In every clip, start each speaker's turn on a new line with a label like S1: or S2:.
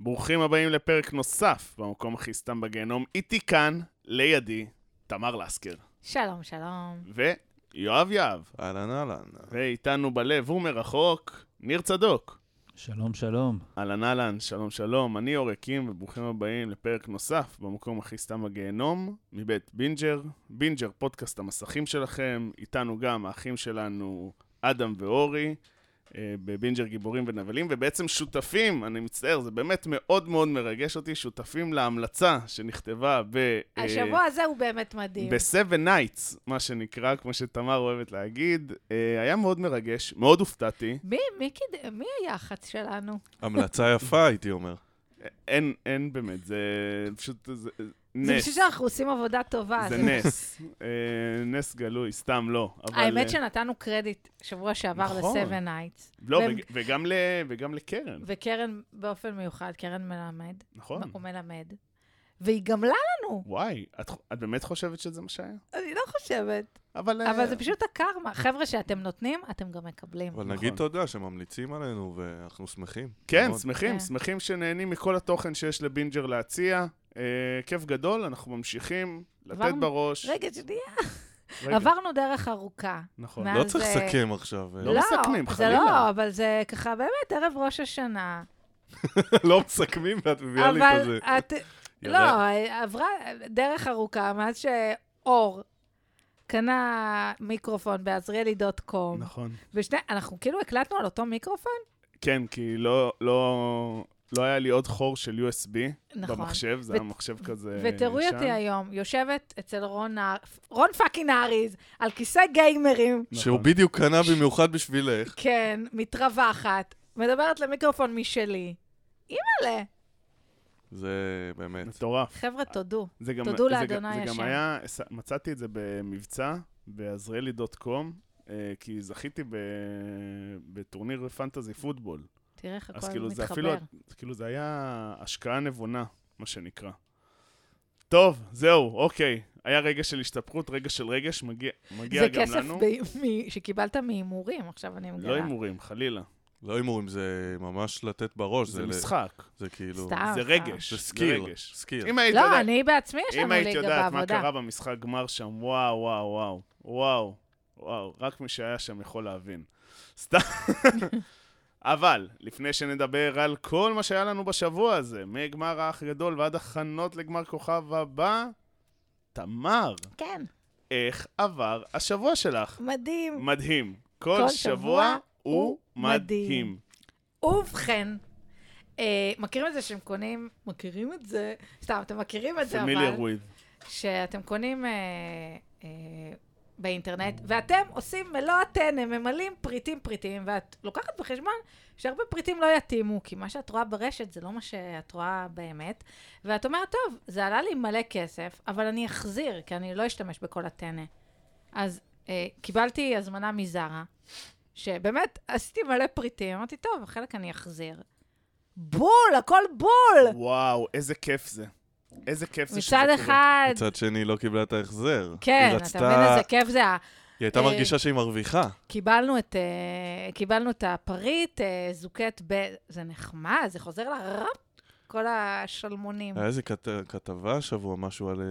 S1: ברוכים הבאים לפרק נוסף במקום הכי סתם בגיהנום. איתי כאן, לידי, תמר לסקר.
S2: שלום, שלום.
S1: ויואב יהב.
S3: אהלן אהלן.
S1: ואיתנו בלב ומרחוק, ניר צדוק.
S4: שלום, שלום.
S1: אהלן אהלן, שלום שלום, אני עורקים וברוכים הבאים לפרק נוסף במקום הכי סתם בגיהנום, מבית בינג'ר. בינג'ר פודקאסט המסכים שלכם, איתנו גם האחים שלנו אדם ואורי, אה, בבינג'ר גיבורים ונבלים, ובעצם שותפים, אני מצטער, זה באמת מאוד מאוד מרגש אותי, שותפים להמלצה שנכתבה ב... אה,
S2: השבוע הזה הוא באמת מדהים.
S1: ב-Seven Nights, מה שנקרא, כמו שתמר אוהבת להגיד. אה, היה מאוד מרגש, מאוד הופתעתי.
S2: מי, מי, כד... מי היח"צ שלנו?
S3: המלצה יפה, הייתי אומר.
S1: אין, אין באמת, זה פשוט, זה זה
S2: זה פשוט
S1: נס,
S2: שאנחנו עושים עבודה טובה.
S1: זה נס, אה, נס גלוי, סתם לא. אבל,
S2: האמת
S1: אה,
S2: שנתנו קרדיט שבוע שעבר
S1: נכון.
S2: ל-Seven Nights,
S1: לא,
S2: והם-
S1: וג- וגם ל... וגם לקרן,
S2: וקרן באופן מיוחד, קרן מלמד,
S1: נכון.
S2: הוא מלמד, והיא גמלה,
S1: וואי, את, ח- את באמת חושבת שזה מה שהיה?
S2: אני לא חושבת,
S1: אבל... אה,
S2: אבל זה פשוט הקרמה. חבר'ה, שאתם נותנים, אתם גם מקבלים.
S3: אבל
S1: נכון.
S3: נגיד תודה שממליצים עלינו ואנחנו שמחים.
S1: כן,
S3: מאוד.
S1: שמחים,
S2: כן.
S1: שמחים שנהנים מכל התוכן שיש לבינג'ר להציע. אה, כיף גדול, אנחנו ממשיכים לתת
S2: עברנו-
S1: בראש.
S2: רגע, שנייה.
S1: רגע,
S2: עברנו דרך ארוכה.
S1: נכון.
S2: מה-
S3: לא
S2: אז,
S3: צריך
S2: אה,
S3: לסכם עכשיו. אה,
S1: לא מסכמים,
S2: זה
S1: חלילה.
S2: לא, אבל זה ככה באמת ערב ראש השנה.
S3: לא מסכמים ואת מביאה לי את
S2: אבל
S3: הזה.
S2: את... לא, עברה דרך ארוכה מאז שאור קנה מיקרופון בעזריאלי דוט קום.
S1: נכון.
S2: ושני, אנחנו כאילו הקלטנו על אותו מיקרופון?
S1: כן, כי לא, לא, לא היה לי עוד חור של USB
S2: נכון.
S1: במחשב, אה, זה
S2: ו-
S1: היה מחשב כזה
S2: ותראו
S1: ישן.
S2: אותי אה, היום, יושבת אצל רון, נהר- רון פאקינג נהריז, על כיסא גיימרים,
S1: נכון.
S3: שהוא בדיוק קנה במיוחד בשבילך.
S2: כן, מתרווחת, מדברת למיקרופון משלי. אימא'לה.
S3: זה באמת.
S1: מטורף.
S2: חבר'ה, תודו.
S1: זה גם,
S2: תודו
S1: זה
S2: לאדוני
S1: גם- זה גם
S2: ישן.
S1: היה, מצאתי את זה במבצע, בעזריאלי.קום, אה, כי זכיתי ב, בטורניר בפנטזי פוטבול.
S2: תראה איך הכל
S1: אז כאילו זה אפילו,
S2: מתחבר.
S1: זה כאילו זה היה השקעה נבונה, מה שנקרא. טוב, זהו, אוקיי. היה רגע של השתפרות, רגע של רגש, מגיע, מגיע
S2: זה
S1: גם
S2: כסף
S1: לנו.
S2: ב- מ- שקיבלת מהימורים, עכשיו אני מגלה.
S1: לא הימורים, חלילה.
S3: לא הימורים, זה ממש לתת בראש.
S1: זה
S3: ל-
S1: משחק,
S3: זה כאילו...
S2: סתם. אה,
S1: זה
S2: אה.
S1: רגש.
S3: זה סקיל.
S1: רגש.
S3: סקיל.
S1: אם היית
S2: לא,
S1: יודעת-
S2: אני בעצמי, יש
S1: אם
S2: לנו
S1: היית
S2: ליגה
S1: יודעת מה
S2: בעבודה.
S1: קרה במשחק גמר שם, וואו, וואו, וואו, וואו, וואו, רק מי שהיה שם יכול להבין. סתם. אבל, לפני שנדבר על כל מה שהיה לנו בשבוע הזה, מגמר האח הגדול ועד הכנות לגמר כוכב הבא, תמר,
S2: כן,
S1: איך עבר השבוע שלך?
S2: מדהים.
S1: מדהים. כל,
S2: כל
S1: שבוע
S2: שבוע
S1: הוא
S2: הוא
S1: מדהים.
S2: מדהים. ובכן, אה, מכירים את זה שהם קונים, מכירים את זה, סתם, אתם מכירים את זה, אבל,
S1: פמיליאר וויד.
S2: שאתם קונים אה, אה, באינטרנט, ואתם עושים מלוא הטנא, ממלאים פריטים פריטים, ואת לוקחת בחשבון שהרבה פריטים לא יתאימו, כי מה שאת רואה ברשת זה לא מה שאת רואה באמת, ואת אומרת, טוב, זה עלה לי מלא כסף, אבל אני אחזיר, כי אני לא אשתמש בכל הטנא. אז אה, קיבלתי הזמנה מזרה, שבאמת עשיתי מלא פריטים, אמרתי, טוב, חלק אני אחזיר. בול, הכל בול!
S1: וואו, איזה כיף זה. איזה כיף זה שזה
S2: מצד
S1: קורה.
S2: אחד,
S3: מצד שני, לא קיבלה את ההחזר.
S2: כן,
S3: היא
S2: אתה
S3: רצתה-
S2: מבין איזה כיף זה היה.
S3: היא הייתה
S2: אה,
S3: מרגישה שהיא מרוויחה.
S2: קיבלנו את, אה, קיבלנו את הפריט, אה, זוקט ב... זה נחמד, זה חוזר לרפ, כל השלמונים. אה,
S3: היה איזה כת... כתבה השבוע, משהו על אה,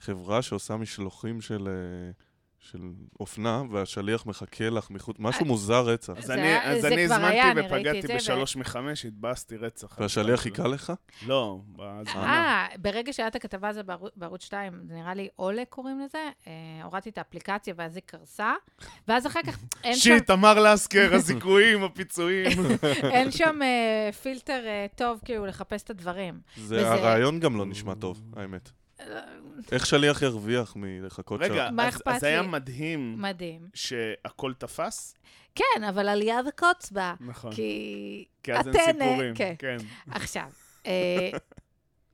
S3: חברה שעושה משלוחים של, אה, של אופנה, והשליח מחכה לך מחוץ,
S2: אה,
S3: משהו מוזר רצח.
S1: אז
S2: זה
S1: אני,
S2: היה-
S1: אז
S2: זה
S1: אני
S2: כבר היה,
S1: הזמנתי
S2: אני ראיתי את
S1: ופגעתי
S2: זה, ו-
S1: בשלוש מחמש, התבאסתי רצח.
S3: והשליח חיכה לך?
S1: לא, בהזמנה.
S2: אה, ברגע שהיה את הכתבה הזו בערו- בערוץ 2, זה נראה לי אולה קוראים לזה, אה, הורדתי את האפליקציה ואז היא קרסה, ואז אחר כך אין שם,
S1: שיט, תמר לסקר, הזיכויים, הפיצויים.
S2: אין שם אה, פילטר אה, טוב כאילו לחפש את הדברים. וזה- אה,
S3: זה, הרעיון גם לא נשמע טוב,
S1: אה,
S3: האמת. איך שליח ירוויח מלחכות שם?
S1: רגע,
S2: מה
S1: אז-
S2: אכפת
S1: אז היה
S2: לי?
S1: מדהים
S2: מדהים.
S1: שהכל תפס?
S2: כן, אבל עלייה וקוץ בה,
S1: נכון.
S2: כי...
S1: כי אז אין
S2: הטנא,
S1: סיפורים.
S2: כן.
S1: כן.
S2: עכשיו, אה,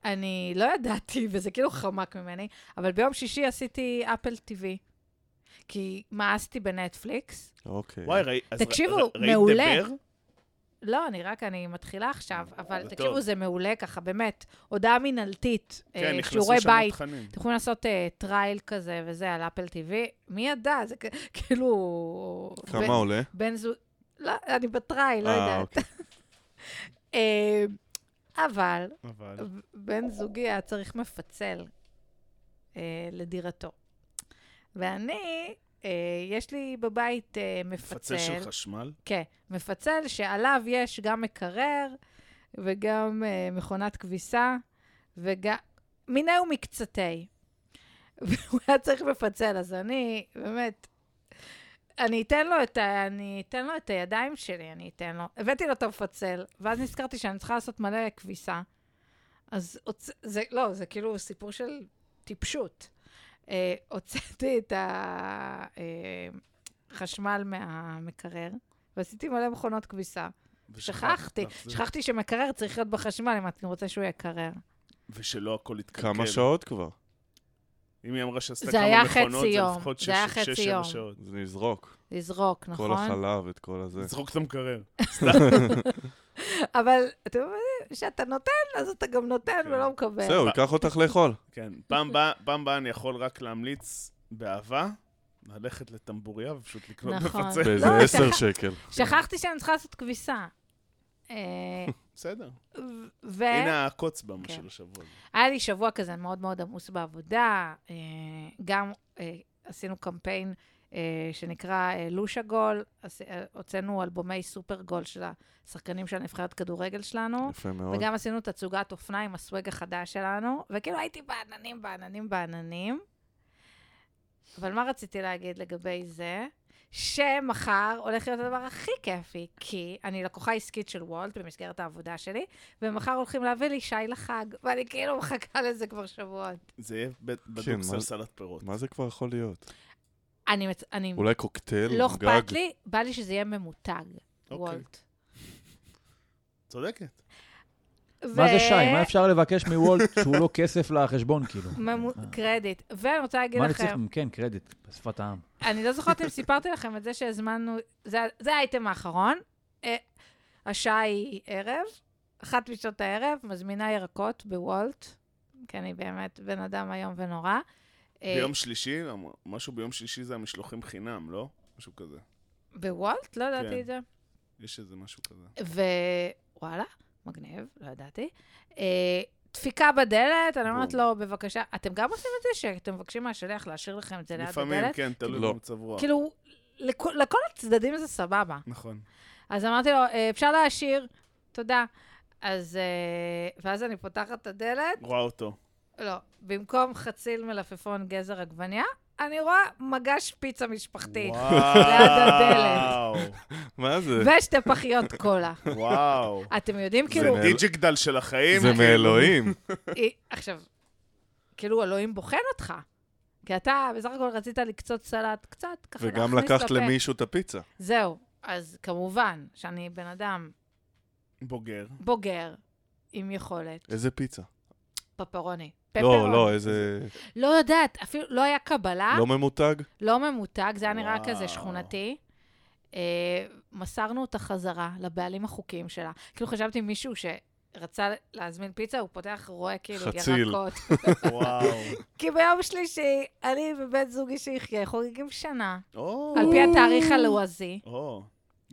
S2: אני לא ידעתי, וזה כאילו חמק ממני, אבל ביום שישי עשיתי אפל TV, כי מאסתי בנטפליקס.
S3: אוקיי.
S1: וואי, ראי- אז ר-
S2: תקשיבו,
S1: ר- ראית
S2: מעולה.
S1: דבר? אה,
S2: לא, אני רק, אני מתחילה עכשיו, אבל
S1: זה טוב.
S2: תקשיבו, זה מעולה ככה, באמת. הודעה מינהלתית, אה,
S1: כן, נכנסו
S2: שיעורי
S1: שם
S2: בית.
S1: תכנים.
S2: אתם יכולים לעשות אה, טרייל כזה וזה על אפל TV, מי ידע, זה כ- כאילו... בן-
S3: כמה עולה?
S1: אה, אוקיי.
S2: בן זוג... לא, אני בטרייל, לא
S3: אה,
S2: יודעת.
S3: אוקיי.
S2: אה, אבל
S1: אבל...
S2: בן זוגי היה צריך מפצל אה, לדירתו. ואני, אה, יש לי בבית אה, מפצל.
S1: מפצה של חשמל?
S2: כן, מפצל שעליו יש גם מקרר וגם אה, מכונת כביסה וגם מיני ומקצתי. והוא היה צריך לפצל, אז אני, באמת, אני אתן לו את, ה, אני אתן לו את הידיים שלי, אני אתן לו. הבאתי לו את המפצל, ואז נזכרתי שאני צריכה לעשות מלא כביסה. אז הוצ... זה, לא, זה כאילו סיפור של טיפשות. אה, הוצאתי את החשמל מהמקרר, ועשיתי מלא מכונות כביסה. שכחתי,
S1: להחזיר.
S2: שכחתי שמקרר צריך להיות בחשמל, אם את רוצה שהוא יקרר.
S1: ושלא הכל יתקלקל.
S3: כמה שעות כבר?
S1: אם היא אמרה שעשתה
S2: זה היה
S1: כמה
S2: חצי
S1: מכונות, זה
S2: יום,
S1: לפחות שש-
S2: זה היה חצי
S1: שש, שבע
S2: יום.
S1: שעות.
S3: זה נזרוק.
S2: לזרוק,
S3: כל
S2: נכון?
S3: החלב, את כל הזה.
S1: לזרוק את המקרר.
S2: אבל אתם יודעים, כשאתה נותן, אז אתה גם נותן
S1: כן.
S2: ולא מקבל.
S3: זהו, ייקח אותך לאכול.
S2: לא,
S1: כן, פעם באה- פעם באה אני יכול רק להמליץ באהבה, ללכת לטמבוריה ופשוט לקנות
S2: נכון.
S1: מפצה.
S3: באיזה
S2: לא,
S3: עשר
S2: שכח-
S3: שקל.
S2: שכחתי שאני צריכה לעשות כביסה. אה,
S1: בסדר.
S2: ו-
S1: הנה הקוץ במה
S2: אה? כן.
S1: של השבוע. הזה.
S2: היה לי שבוע כזה מאוד מאוד עמוס בעבודה, אה, גם אה, עשינו קמפיין אה, שנקרא אה, לושה גול, עש- אה, הוצאנו אלבומי סופר גול של השחקנים של הנבחרת כדורגל שלנו,
S3: יפה מאוד.
S2: וגם עשינו תצוגת אופנה עם הסוואג החדש שלנו, וכאילו הייתי בעננים, בעננים, בעננים. אבל מה רציתי להגיד לגבי זה? שמחר הולך להיות הדבר הכי כיפי, כי אני לקוחה עסקית של וולט במסגרת העבודה שלי, ומחר הולכים להביא לי שי לחג, ואני כאילו מחכה לזה כבר שבועות.
S1: זה יהיה בד-
S3: כן, מה-
S1: בדוקסל סלט פירות.
S3: מה זה כבר יכול להיות?
S2: אני, מצ... אני
S3: אולי קוקטייל?
S2: לא
S3: גג?
S2: אכפת לי, בא לי שזה יהיה ממותג,
S1: אוקיי,
S2: וולט.
S1: צודקת.
S4: מה זה שי? מה אפשר לבקש מוולט שהוא לא כסף לחשבון, כאילו? אה.
S2: קרדיט. ואני רוצה להגיד
S4: מה אני
S2: לכם...
S4: צריך? כן, קרדיט, בשפת העם.
S2: אני לא זוכרת אם סיפרתי לכם את זה שהזמנו, זה, זה האייטם האחרון. אה, השעה היא ערב, אחת משעות הערב, מזמינה ירקות בוולט, כי אני באמת בן אדם איום ונורא. אה,
S1: ביום שלישי, אמר- משהו ביום שלישי זה המשלוחים חינם, לא? משהו כזה.
S2: בוולט? לא ידעתי
S1: כן.
S2: את זה.
S1: יש איזה משהו כזה.
S2: ווואלה, מגניב, לא ידעתי. אה, דפיקה בדלת, אני אומרת לו, בבקשה, אתם גם עושים את זה שאתם מבקשים מהשליח להשאיר לכם את זה ליד
S1: לפעמים,
S2: בדלת?
S1: כן, תלוי
S3: לא.
S1: במצב רוח.
S2: כאילו, לכ- לכל הצדדים זה סבבה.
S1: נכון.
S2: אז אמרתי לו, "אה, אפשר להשאיר, תודה. אז... אה, ואז אני פותחת את הדלת,
S1: רואה אותו.
S2: לא, במקום חציל מלפפון גזר עגבניה, אני רואה מגש פיצה משפחתית.
S1: וואו.
S3: מה זה?
S2: ושתי פחיות קולה.
S1: וואו.
S2: אתם יודעים,
S1: זה
S2: כאילו,
S3: מאל-
S1: דיג'גדל של החיים.
S3: זה
S1: כאילו.
S3: מאלוהים.
S2: היא- עכשיו, כאילו, אלוהים בוחן אותך. כי אתה בסך הכל רצית לקצות סלט קצת, ככה להכניס
S3: וגם לקחת
S2: לפה.
S3: למישהו את הפיצה.
S2: זהו. אז כמובן שאני בן אדם
S1: בוגר.
S2: בוגר, עם יכולת,
S3: איזה פיצה?
S2: פפרוני.
S3: לא,
S2: פפרוני.
S3: לא, איזה...
S2: לא יודעת, אפילו לא היה קבלה.
S3: לא ממותג?
S2: לא ממותג, זה היה נראה
S1: וואו.
S2: כזה שכונתי. אה, מסרנו אותה חזרה לבעלים החוקיים שלה. כאילו חשבתי מישהו שרצה להזמין פיצה, הוא פותח, רואה כאילו
S3: חציל.
S2: ירקות.
S1: וואו.
S2: כי ביום שלישי, אני ובן זוגי שיחיה חוגגים שנה,
S1: או.
S2: על פי התאריך הלועזי.
S1: או.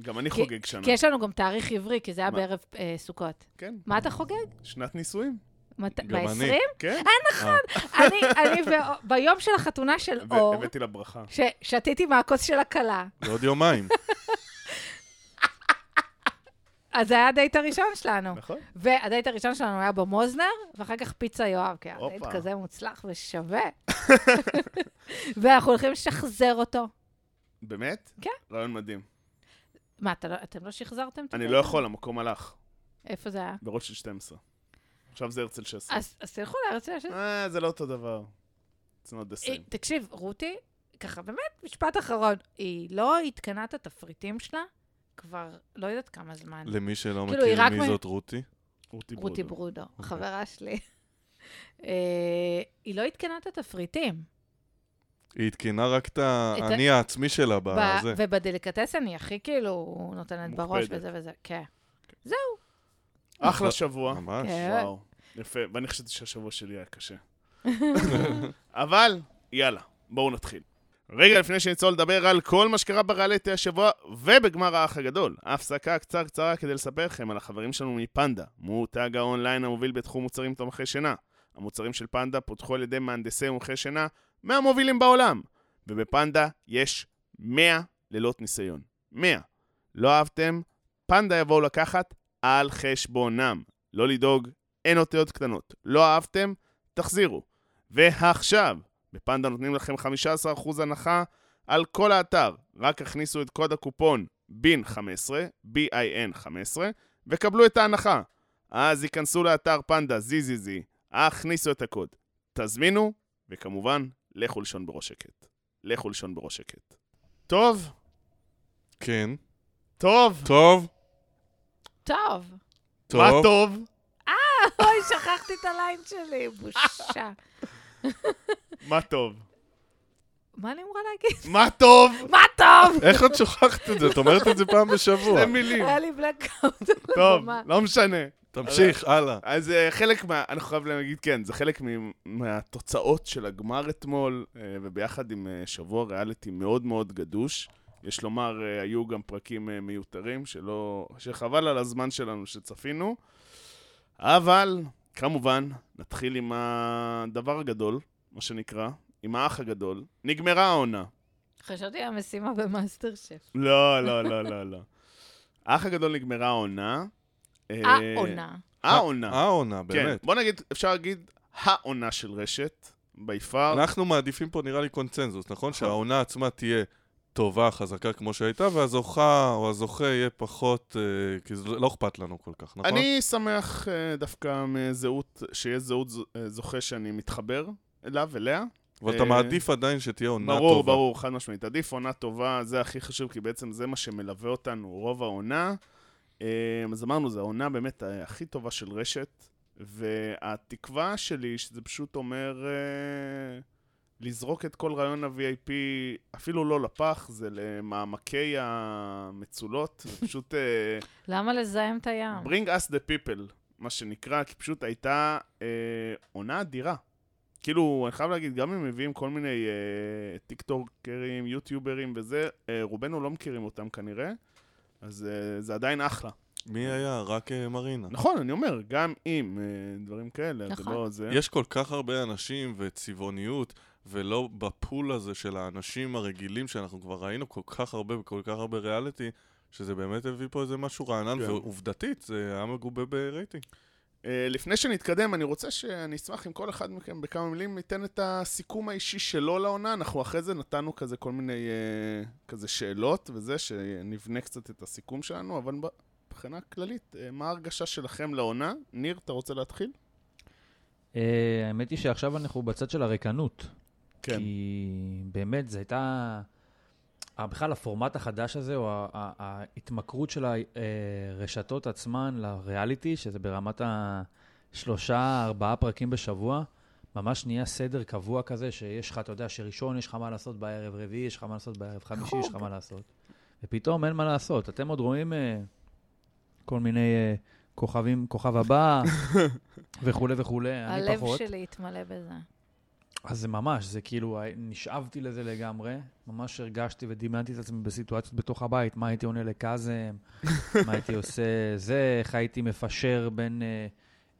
S1: גם אני
S2: כי-
S1: חוגג שנה.
S2: כי יש לנו גם תאריך עברי, כי זה היה
S1: מה?
S2: בערב אה, סוכות.
S1: כן.
S2: מה אתה חוגג?
S1: שנת נישואים.
S2: מת-
S3: גם אני.
S2: ב-20?
S1: כן.
S2: אה,
S3: אה,
S2: אני, אני ב- ביום של החתונה של
S1: ו-
S2: אור,
S1: הבאתי לה ברכה.
S2: אה. ששתיתי מהכוס של הכלה.
S3: זה עוד יומיים.
S2: נכון. אז זה היה הדייט הראשון שלנו.
S1: נכון?
S2: והדייט הראשון שלנו היה במוזנר, ואחר כך פיצה יואב, כי היה דייט
S1: הופה.
S2: כזה מוצלח ושווה. ואנחנו הולכים לשחזר אותו.
S1: באמת?
S2: כן.
S1: רעיון מדהים.
S2: מה, אתה לא, אתם לא שחזרתם את
S1: אני
S2: הדייט?
S1: לא יכול, המקום הלך.
S2: איפה זה היה?
S1: ברוטשילד 12. עכשיו זה הרצל 16.
S2: אז, אז תלכו לארץ של...
S1: אה, זה לא אותו דבר. It's not the same.
S2: תקשיב, רותי, ככה, באמת, משפט אחרון. היא לא עדכנה את התפריטים שלה כבר לא יודעת כמה זמן.
S3: למי שלא
S2: כאילו, היא רק
S3: מכיר מי
S2: מ-
S3: זאת רותי.
S1: רותי
S2: רותי
S1: ברודו.
S2: ברודו,
S3: אוקיי.
S2: חברה שלי. אה, היא לא עדכנה את התפריטים.
S3: היא עדכנה רק את
S2: את ה-
S3: האני העצמי שלה
S1: אה,
S2: ב-
S3: בזה.
S2: ובדליקטסן היא הכי כאילו נותנת בראש
S1: מוקפדת.
S2: וזה וזה, כן.
S1: אחלה שבוע.
S3: ממש.
S2: כן.
S1: וואו. יפה, ואני חשבתי שהשבוע שלי היה קשה. אבל, יאללה, בואו נתחיל. רגע לפני שנצלול לדבר על כל מה שקרה בריאליטי השבוע ובגמר האח הגדול. הפסקה קצרצרה כדי לספר לכם על החברים שלנו מפנדה, מותג האונליין המוביל בתחום מוצרים תומכי שינה. המוצרים של פנדה פותחו על ידי מהנדסי מומחי שינה מהמובילים בעולם. ובפנדה יש 100 לילות ניסיון. 100. לא אהבתם? פנדה יבואו לקחת על חשבונם. לא לדאוג, אין אותיות קטנות. לא אהבתם? תחזירו. ועכשיו, בפנדה נותנים לכם 15% הנחה על כל האתר. רק הכניסו את קוד הקופון BIN15, BIN15, וקבלו את ההנחה. אז ייכנסו לאתר פנדה ZZZ, הכניסו את הקוד. תזמינו, וכמובן, לכו לישון בראש שקט. לכו לישון בראש שקט. טוב,
S3: כן.
S1: טוב,
S3: טוב,
S2: טוב.
S3: טוב.
S1: מה טוב?
S2: אוי, שכחתי את הליין שלי, בושה.
S1: מה טוב?
S2: מה אני אמורה להגיד?
S1: מה טוב?
S2: מה טוב!
S3: איך את שוכחת את זה? את אומרת את זה פעם בשבוע.
S1: שתי מילים.
S2: היה לי בלקאוט על
S1: טוב,
S2: הבמה.
S1: לא משנה.
S3: תמשיך, הלאה.
S1: אז אה, חלק מה... אנחנו חייב להגיד, כן, זה חלק מ- מהתוצאות של הגמר אתמול, אה, וביחד עם אה, שבוע ריאליטי מאוד מאוד גדוש. יש לומר, אה, היו גם פרקים אה, מיותרים, שלא... שחבל על הזמן שלנו שצפינו. אבל, כמובן, נתחיל עם הדבר הגדול, מה שנקרא, עם האח הגדול. נגמרה העונה.
S2: חשבתי על המשימה במאסטר שף.
S1: לא, לא, לא, לא, לא. האח הגדול נגמרה העונה. אה,
S2: העונה.
S1: העונה.
S3: העונה,
S1: כן,
S3: באמת.
S1: בוא נגיד, אפשר להגיד העונה של רשת, בי פאר.
S3: אנחנו מעדיפים פה נראה לי קונצנזוס, נכון? שהעונה עצמה תהיה טובה, חזקה כמו שהייתה, והזוכה או הזוכה יהיה פחות, אה, כי זה לא אכפת לנו כל כך, נכון?
S1: אני שמח אה, דווקא מזהות, שיש זהות ז- אה, זוכה שאני מתחבר אליו, אליה.
S3: אבל אתה
S1: אה,
S3: מעדיף עדיין שתהיה עונה טובה.
S1: ברור, ברור, חד משמעית. עדיף עונה טובה, זה הכי חשוב, כי בעצם זה מה שמלווה אותנו רוב העונה. אה, אז אמרנו, זו העונה באמת ה- הכי טובה של רשת, והתקווה שלי שזה פשוט אומר אה, לזרוק את כל רעיון ה-VIP, אפילו לא לפח, זה למעמקי המצולות, זה פשוט אה,
S2: למה לזהם את הים?
S1: bring us the people, מה שנקרא, כי פשוט הייתה אה, עונה אדירה. כאילו, אני חייב להגיד, גם אם מביאים כל מיני אה, טיקטוקרים, יוטיוברים וזה, אה, רובנו לא מכירים אותם כנראה, אז אה, זה עדיין אחלה.
S3: מי היה? רק אה, מרינה.
S1: נכון, אני אומר, גם אם אה, דברים כאלה, נכון. זה
S2: נכון.
S1: לא זה.
S3: יש כל כך הרבה אנשים וצבעוניות, ולא בפול הזה של האנשים הרגילים שאנחנו כבר ראינו כל כך הרבה וכל כך הרבה ריאליטי, שזה באמת הביא פה איזה משהו רענן,
S1: כן.
S3: ועובדתית זה היה מגובה ברייטינג.
S1: אה, לפני שנתקדם, אני רוצה שאני אשמח אם כל אחד מכם בכמה מילים ייתן את הסיכום האישי שלו לעונה. אנחנו אחרי זה נתנו כזה כל מיני אה, כזה שאלות וזה, שנבנה קצת את הסיכום שלנו, אבל ב- מבחינה כללית, אה, מה ההרגשה שלכם לעונה? ניר, אתה רוצה להתחיל?
S4: אה, האמת היא שעכשיו אנחנו בצד של הריקנות.
S1: כן.
S4: כן. כי באמת, זו הייתה... אה, בכלל, הפורמט החדש הזה, או ה- ה- ההתמכרות של הרשתות עצמן לריאליטי, שזה ברמת השלושה, ארבעה פרקים בשבוע, ממש נהיה סדר קבוע כזה, שיש לך, אתה יודע, שראשון יש לך מה לעשות בערב, רביעי יש לך מה לעשות בערב, חמישי יש לך מה לעשות. ופתאום אין מה לעשות. אתם עוד רואים אה, כל מיני אה, כוכבים, כוכב הבא, וכולי וכולי, אני
S2: הלב
S4: פחות.
S2: שלי התמלא בזה.
S4: אז זה ממש, זה כאילו, נשאבתי לזה לגמרי, ממש הרגשתי ודמיינתי את עצמי בסיטואציות בתוך הבית, מה הייתי עונה לקאזם, מה הייתי עושה זה, איך הייתי מפשר בין אה,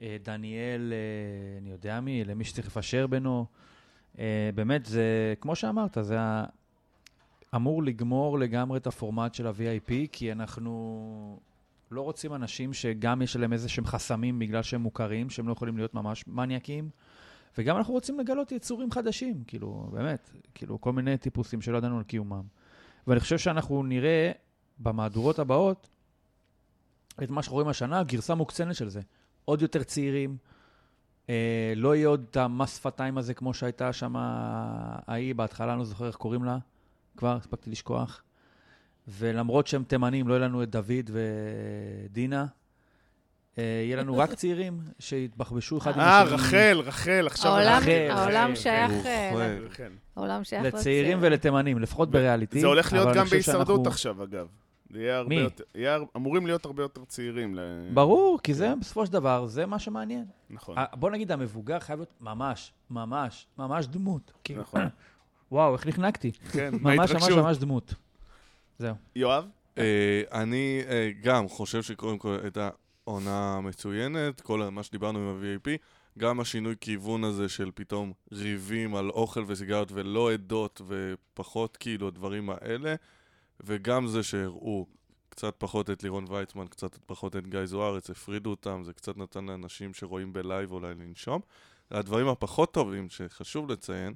S4: אה, דניאל, אה, אני יודע מי, למי שצריך לפשר בינו. אה, באמת, זה, כמו שאמרת, זה ה- אמור לגמור לגמרי את הפורמט של ה-VIP, כי אנחנו לא רוצים אנשים שגם יש להם איזה שהם חסמים בגלל שהם מוכרים, שהם לא יכולים להיות ממש מניאקים. וגם אנחנו רוצים לגלות יצורים חדשים, כאילו, באמת, כאילו, כל מיני טיפוסים שלא ידענו על קיומם. ואני חושב שאנחנו נראה במהדורות הבאות את מה שאנחנו רואים השנה, גרסה מוקצנת של זה. עוד יותר צעירים, אה, לא יהיה עוד את המס שפתיים הזה כמו שהייתה שם ההיא בהתחלה, אני לא זוכר איך קוראים לה, כבר הספקתי לשכוח. ולמרות שהם תימנים, לא יהיה לנו את דוד ודינה. אה, יהיה לנו רק צעירים שיתבחבשו אחד עם
S1: אה,
S4: השני.
S1: רחל, רשל, עכשיו...
S2: העולם-
S1: רחל,
S4: כן.
S2: העולם
S1: רחל,
S2: שייך,
S1: רחל,
S2: אה,
S3: רוחל.
S1: רחל.
S2: העולם שייך
S4: לצעירים ולתימנים, לפחות בריאליטי.
S1: זה הולך להיות
S4: אבל
S1: גם
S4: אני חושב
S1: בהישרדות
S4: שאנחנו-
S1: עכשיו, אגב. זה יהיה הרבה
S4: מי?
S1: יותר- יהיה הר- אמורים להיות הרבה יותר צעירים. ל-
S4: ברור, אה, כי זה בסופו של דבר, זה מה שמעניין.
S1: נכון,
S4: ה- בוא נגיד, המבוגר חייב להיות ממש, ממש, ממש דמות. כאילו,
S1: נכון.
S4: וואו, איך נחנקתי.
S1: כן,
S4: ממש ממש
S1: מההתרגשות.
S4: ממש דמות. זהו.
S1: יואב?
S3: אה, אני אה, גם חושב שקודם כל הייתה עונה מצוינת, כל מה שדיברנו עם ה-VAP, גם השינוי כיוון הזה של פתאום ריבים על אוכל וסיגריות ולא עדות ופחות כאילו הדברים האלה, וגם זה שהראו קצת פחות את לירון ויצמן, קצת פחות את גיא זוארץ, הפרידו אותם, זה קצת נתן לאנשים שרואים בלייב אולי לנשום. הדברים הפחות טובים שחשוב לציין,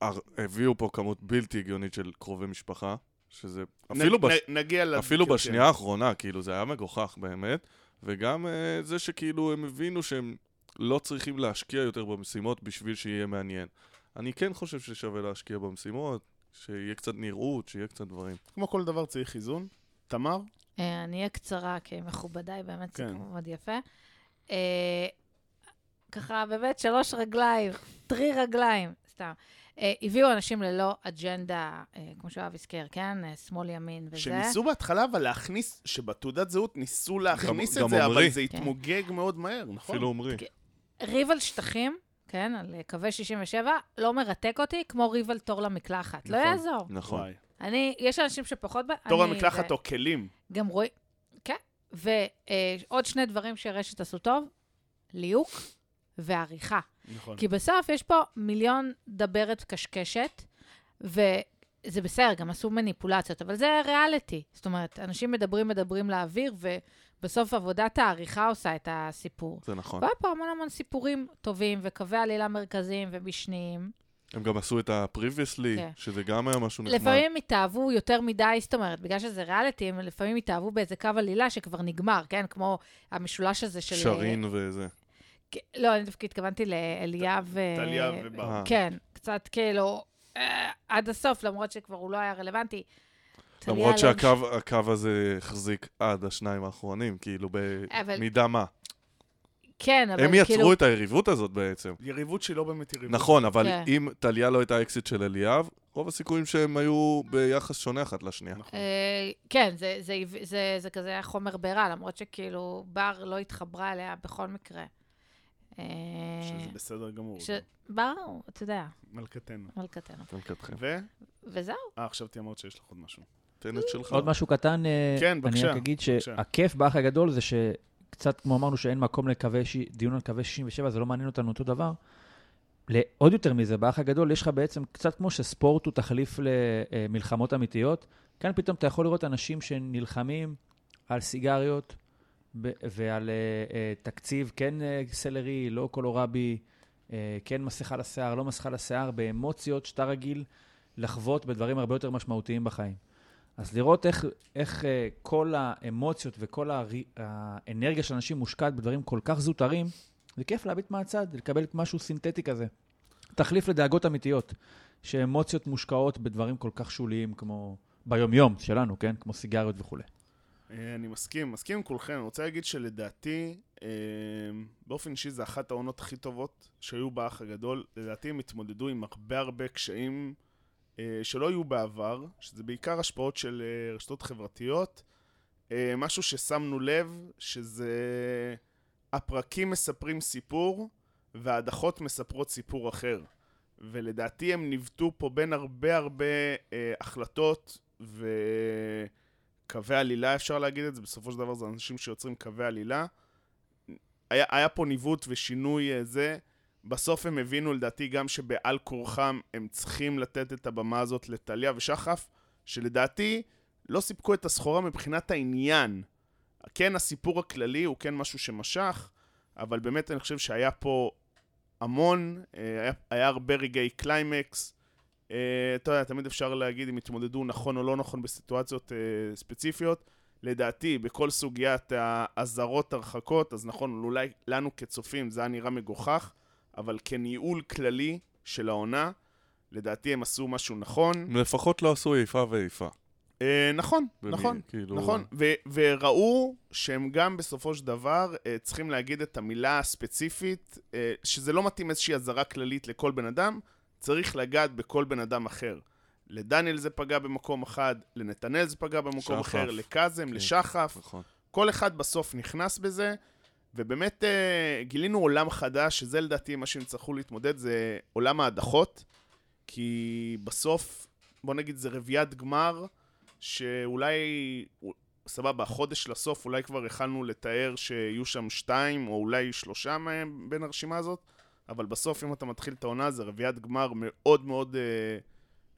S3: הר- הביאו פה כמות בלתי הגיונית של קרובי משפחה, שזה אפילו
S1: נ-
S3: בש...
S1: נ- נגיע ל...
S3: אפילו
S1: כן,
S3: בשנייה האחרונה, כאילו, זה היה מגוחך באמת, וגם אה, זה שכאילו הם הבינו שהם לא צריכים להשקיע יותר במשימות בשביל שיהיה מעניין. אני כן חושב ששווה להשקיע במשימות, שיהיה קצת נראות, שיהיה קצת דברים.
S1: כן. כמו כל דבר צריך איזון. תמר?
S2: אה, אני אהיה קצרה, כי מכובדיי באמת
S1: כן.
S2: סיכום מאוד יפה. אה, ככה, באמת, שלוש רגליים, טרי רגליים, סתם. אה, הביאו אנשים ללא אג'נדה, אה, כמו שאוהב הזכיר, כן? אה, שמאל, ימין וזה.
S1: שניסו בהתחלה אבל להכניס, שבתעודת זהות ניסו להכניס
S3: גם
S1: את זה, אבל
S3: עמרי.
S1: זה התמוגג מאוד מהר, נכון?
S3: אפילו
S2: כן.
S3: עומרי.
S2: ריב על שטחים, כן? על אה, קווי 67, לא מרתק אותי, כמו ריב על תור למקלחת. לא
S1: נכון.
S2: יעזור.
S3: נכון.
S1: וואי.
S2: אני, יש אנשים שפחות... ב-
S1: תור
S2: אני-
S1: המקלחת
S2: זה-
S1: או כלים.
S2: גם רואים... כן. ועוד שני דברים שרשת עשו טוב, ליהוק ועריכה.
S1: נכון.
S2: כי בסוף יש פה מיליון דברת קשקשת, וזה בסדר, גם עשו מניפולציות, אבל זה ריאליטי. זאת אומרת, אנשים מדברים, מדברים לאוויר, ובסוף עבודת העריכה עושה את הסיפור.
S3: זה נכון.
S2: והיה פה המון המון סיפורים טובים, וקווי עלילה מרכזיים ומשניים.
S3: הם גם עשו את ה-previously,
S2: כן.
S3: שזה גם היה משהו נחמד.
S2: לפעמים הם התאהבו יותר מדי, זאת אומרת, בגלל שזה ריאליטי, הם לפעמים התאהבו באיזה קו עלילה שכבר נגמר, כן? כמו המשולש הזה של... אה,
S3: שרין וזה.
S2: כן, לא, אני דווקא התכוונתי לאליה ו...
S1: טליה ובר.
S3: אה.
S2: כן, קצת כאילו, אה, עד הסוף, למרות שכבר הוא לא היה רלוונטי. טליה
S3: למרות
S2: לא-
S3: שהקו הקו הזה החזיק עד השניים האחרונים, כאילו
S2: אבל-
S3: במידה מה.
S2: כן, אבל
S3: הם
S2: כאילו...
S3: יצרו את היריבות הזאת בעצם.
S1: יריבות שהיא לא באמת יריבות.
S3: נכון, אבל
S2: כן.
S3: אם טליה לא הייתה אקזיט של אליאב, רוב הסיכויים שהם היו ביחס שונה אחת לשנייה.
S1: נכון.
S2: אה, כן, זה, זה, זה, זה, זה כזה היה חומר בעירה, למרות שכאילו בר לא התחברה אליה בכל מקרה. אה,
S1: שזה בסדר גמור.
S2: ש- בר, אתה יודע,
S1: מלכתנו.
S2: מלכתנו.
S3: מלכתכם.
S1: ו?
S2: וזהו.
S1: אה, עכשיו אמרת שיש לך עוד משהו.
S3: תן את שלך.
S1: נכון.
S4: עוד משהו קטן, אה,
S1: כן, בבקשה,
S4: אני רק אגיד
S1: בבקשה.
S4: שהכיף באח הגדול זה שקצת כמו אמרנו שאין מקום לקווי, ש- דיון על קווי 67, זה לא מעניין אותנו אותו דבר. לעוד יותר מזה, באח הגדול יש לך בעצם, קצת כמו שספורט הוא תחליף למלחמות אמיתיות, כאן פתאום אתה יכול לראות אנשים שנלחמים על סיגריות ב- ועל אה, אה, תקציב, כן אה, סלרי, לא קולורבי, אה, כן מסכה לשיער, לא מסכה לשיער, באמוציות שאתה רגיל לחוות בדברים הרבה יותר משמעותיים בחיים. אז לראות איך, איך אה, כל האמוציות וכל הר... האנרגיה של אנשים מושקעת בדברים כל כך זוטרים, זה כיף להביט מהצד, לקבל משהו סינתטי כזה. תחליף לדאגות אמיתיות, שאמוציות מושקעות בדברים כל כך שוליים כמו... ביומיום שלנו, כן? כמו סיגריות וכולי.
S1: אה, אני מסכים, מסכים עם כולכם. אני רוצה להגיד שלדעתי, אה, באופן אישי זו אחת העונות הכי טובות שהיו באח הגדול. לדעתי הם התמודדו עם הרבה הרבה קשיים אה, שלא היו בעבר, שזה בעיקר השפעות של אה, רשתות חברתיות. אה, משהו ששמנו לב, שזה... הפרקים מספרים סיפור, וההדחות מספרות סיפור אחר. ולדעתי הם ניווטו פה בין הרבה הרבה אה, החלטות וקווי עלילה, אפשר להגיד את זה, בסופו של דבר זה אנשים שיוצרים קווי עלילה. היה, היה פה ניווט ושינוי אה, זה. בסוף הם הבינו לדעתי גם שבעל כורחם הם צריכים לתת את הבמה הזאת לטליה ושחף, שלדעתי לא סיפקו את הסחורה מבחינת העניין. כן, הסיפור הכללי הוא כן משהו שמשך, אבל באמת אני חושב שהיה פה המון, אה, היה, היה הרבה רגעי קליימקס. אה, אתה יודע, תמיד אפשר להגיד אם התמודדו נכון או לא נכון בסיטואציות אה, ספציפיות. לדעתי, בכל סוגיית האזהרות הרחקות, אז נכון, אולי לנו כצופים זה היה נראה מגוחך, אבל כניהול כללי של העונה, לדעתי הם עשו משהו נכון.
S3: הם לפחות לא עשו איפה ואיפה.
S1: אה, נכון,
S3: במי-
S1: נכון.
S3: כאילו-
S1: נכון, ו- וראו שהם גם בסופו של דבר אה, צריכים להגיד את המילה הספציפית, אה, שזה לא מתאים איזושהי אזהרה כללית לכל בן אדם, צריך לגעת בכל בן אדם אחר. לדניאל זה פגע במקום אחד, לנתנאל זה פגע במקום
S3: שחף.
S1: אחר, לקאזם,
S3: כן.
S1: לשחף,
S3: נכון.
S1: כל אחד בסוף נכנס בזה, ובאמת אה, גילינו עולם חדש, שזה לדעתי מה שהם יצטרכו להתמודד, זה עולם ההדחות. כי בסוף, בוא נגיד, זה רביעיית גמר, שאולי, סבבה, חודש לסוף, אולי כבר יכלנו לתאר שיהיו שם שתיים, או אולי שלושה מהם בין הרשימה הזאת, אבל בסוף, אם אתה מתחיל את העונה, זה רביעיית גמר מאוד מאוד אה,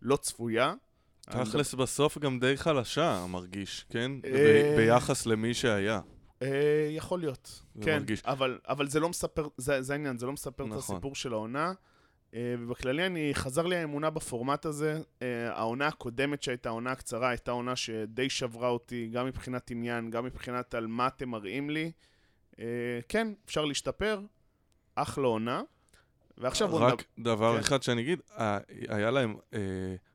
S1: לא צפויה.
S3: תכלס בסוף גם די חלשה, מרגיש, כן?
S1: אה,
S3: ב- ביחס למי שהיה.
S1: אה, יכול להיות,
S3: זה
S1: כן,
S3: מרגיש.
S1: אבל, אבל זה לא מספר, זה, זה העניין, זה לא מספר את
S3: נכון.
S1: הסיפור של העונה. אה, ובכללי, אני, חזר לי האמונה בפורמט הזה. אה, העונה הקודמת שהייתה העונה הקצרה, הייתה עונה שדי שברה אותי, גם מבחינת עניין, גם מבחינת על מה אתם מראים לי. אה, כן, אפשר להשתפר, אחלה עונה. ועכשיו בוא
S3: רק
S1: נדבר...
S3: דבר
S1: כן.
S3: אחד שאני אגיד, אה, היה להם אה,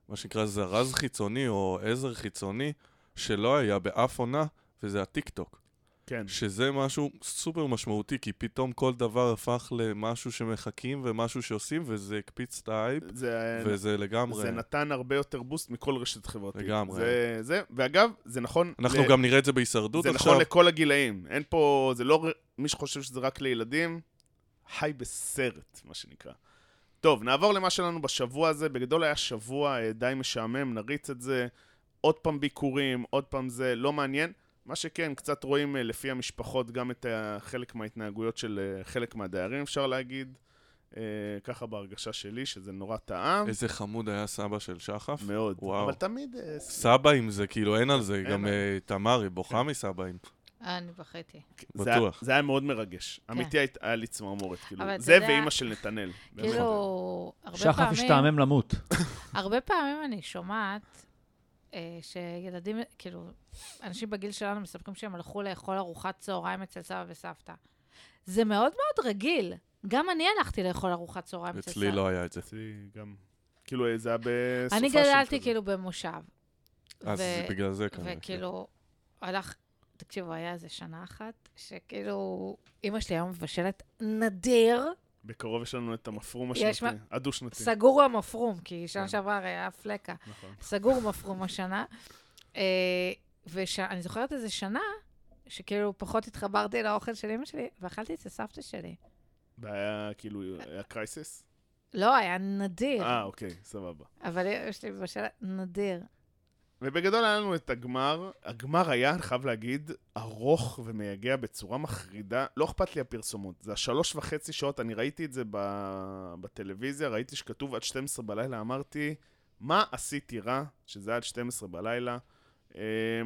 S3: מה שנקרא זרז חיצוני או עזר חיצוני שלא היה באף עונה, וזה הטיקטוק.
S1: כן,
S3: שזה משהו סופר משמעותי, כי פתאום כל דבר הפך למשהו שמחכים ומשהו שעושים, וזה הקפיץ את האייפ,
S1: זה...
S3: וזה לגמרי...
S1: כן. זה נתן הרבה יותר בוסט מכל רשת חברתית.
S3: לגמרי.
S1: זה, זה, ואגב, זה נכון...
S3: אנחנו
S1: ל-
S3: גם נראה את זה בהישרדות
S1: זה
S3: עכשיו.
S1: נכון לכל הגילאים. אין פה, זה לא, ר- מי שחושב שזה רק לילדים, חי בסרט, מה שנקרא. טוב, נעבור למה שלנו בשבוע הזה. בגדול היה שבוע אה, די משעמם, נריץ את זה. עוד פעם ביקורים, עוד פעם זה, לא מעניין. מה שכן, קצת רואים אה, לפי המשפחות גם את ה- חלק מההתנהגויות של אה, חלק מהדיירים, אפשר להגיד. אה, ככה בהרגשה שלי, שזה נורא טעם.
S3: איזה חמוד היה סבא של שחף.
S1: מאוד.
S3: וואו.
S1: אבל תמיד... אה,
S3: סבא עם זה, כאילו אין על זה,
S1: אין
S3: גם
S1: על כן.
S3: אה, תמר, היא בוכה מסבא עם.
S2: אה, אני בכיתי.
S1: זה היה-
S3: בטוח.
S1: זה היה מאוד מרגש. אמיתי היית- היה לי צמרמורת, כאילו.
S2: כן. אבל אתה
S1: זה
S2: יודע-
S1: ואימא של נתנאל. באמת.
S2: כאילו, הרבה
S4: שחף
S2: פעמים,
S4: השתעמם למות.
S1: אה,
S2: הרבה פעמים אני שומעת אה, שילדים, כאילו, אנשים בגיל שלנו מספרים שהם הלכו לאכול ארוחת צהריים אצל סבא וסבתא. זה מאוד מאוד רגיל. גם אני הלכתי לאכול אצל צהריים אצל סבא.
S3: אצלי לא היה את זה.
S1: אצלי גם... כאילו, זה היה בסופה
S2: אני גדלתי כאילו במושב.
S3: אז
S2: ו-
S3: בגלל זה
S1: כן,
S3: כנראה. כן.
S2: וכאילו, הלך, תקשיבו, היה איזה שנה אחת, שכאילו, אימא שלי היום מבשלת נדיר,
S1: בקרוב יש לנו את המפרום
S2: יש
S1: השנתי,
S2: מה-
S1: הדו-שנתי.
S2: סגור המפרום, כי שנה
S1: כן.
S2: שעברה הרי היה פלקה.
S1: נכון.
S2: סגור מפרום השנה. ואני זוכרת איזה שנה, שכאילו פחות התחברתי לאוכל של אימא שלי, ואכלתי אצל סבתא שלי.
S1: והיה כאילו, היה קרייסיס?
S2: לא, היה נדיר,
S1: אה, אוקיי, סבבה.
S2: אבל אימא שלי מבשלת נדיר.
S1: ובגדול היה לנו את הגמר. הגמר היה, אני חייב להגיד, ארוך ומייגע בצורה מחרידה. לא אכפת לי הפרסומות. זה השלוש וחצי שעות, אני ראיתי את זה ב... בטלוויזיה, ראיתי שכתוב עד 12 בלילה, אמרתי, מה עשיתי רע שזה היה עד 12 בלילה? אמ,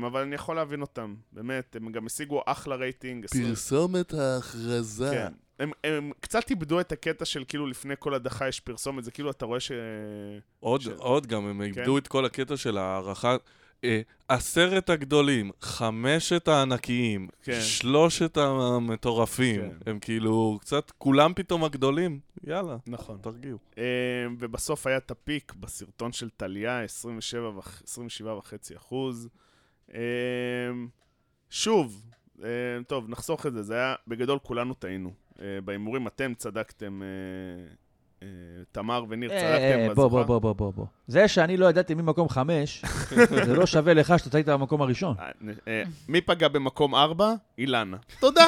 S1: אבל אני יכול להבין אותם, באמת, הם גם השיגו אחלה רייטינג. עשו-
S3: פרסומת ההכרזה.
S1: כן. הם, הם קצת איבדו את הקטע של כאילו לפני כל הדחה יש פרסומת, זה כאילו אתה רואה ש...
S3: עוד,
S1: ש- כן.
S3: עוד גם, הם איבדו את כל הקטע של הערכה. אה, עשרת הגדולים, חמשת הענקיים,
S1: כן.
S3: שלושת המטורפים.
S1: כן.
S3: הם כאילו קצת, כולם פתאום הגדולים. יאללה,
S1: נכון.
S3: תרגיעו.
S1: אמ, ובסוף היה את הפיק בסרטון של טליה, 27 וח- 27.5 אחוז. אמ, שוב, אמ, טוב, נחסוך את זה, זה היה, בגדול כולנו טעינו. אה, בהימורים אתם צדקתם, אה, אה, תמר וניר
S4: אה,
S1: צדקתם,
S4: אה, בוא, בוא, בוא, בוא, בוא, בוא. זה שאני לא ידעתי מי מקום חמש, זה לא שווה לך שאתה היית במקום הראשון.
S1: אה, מי פגע במקום ארבע? אילנה. תודה,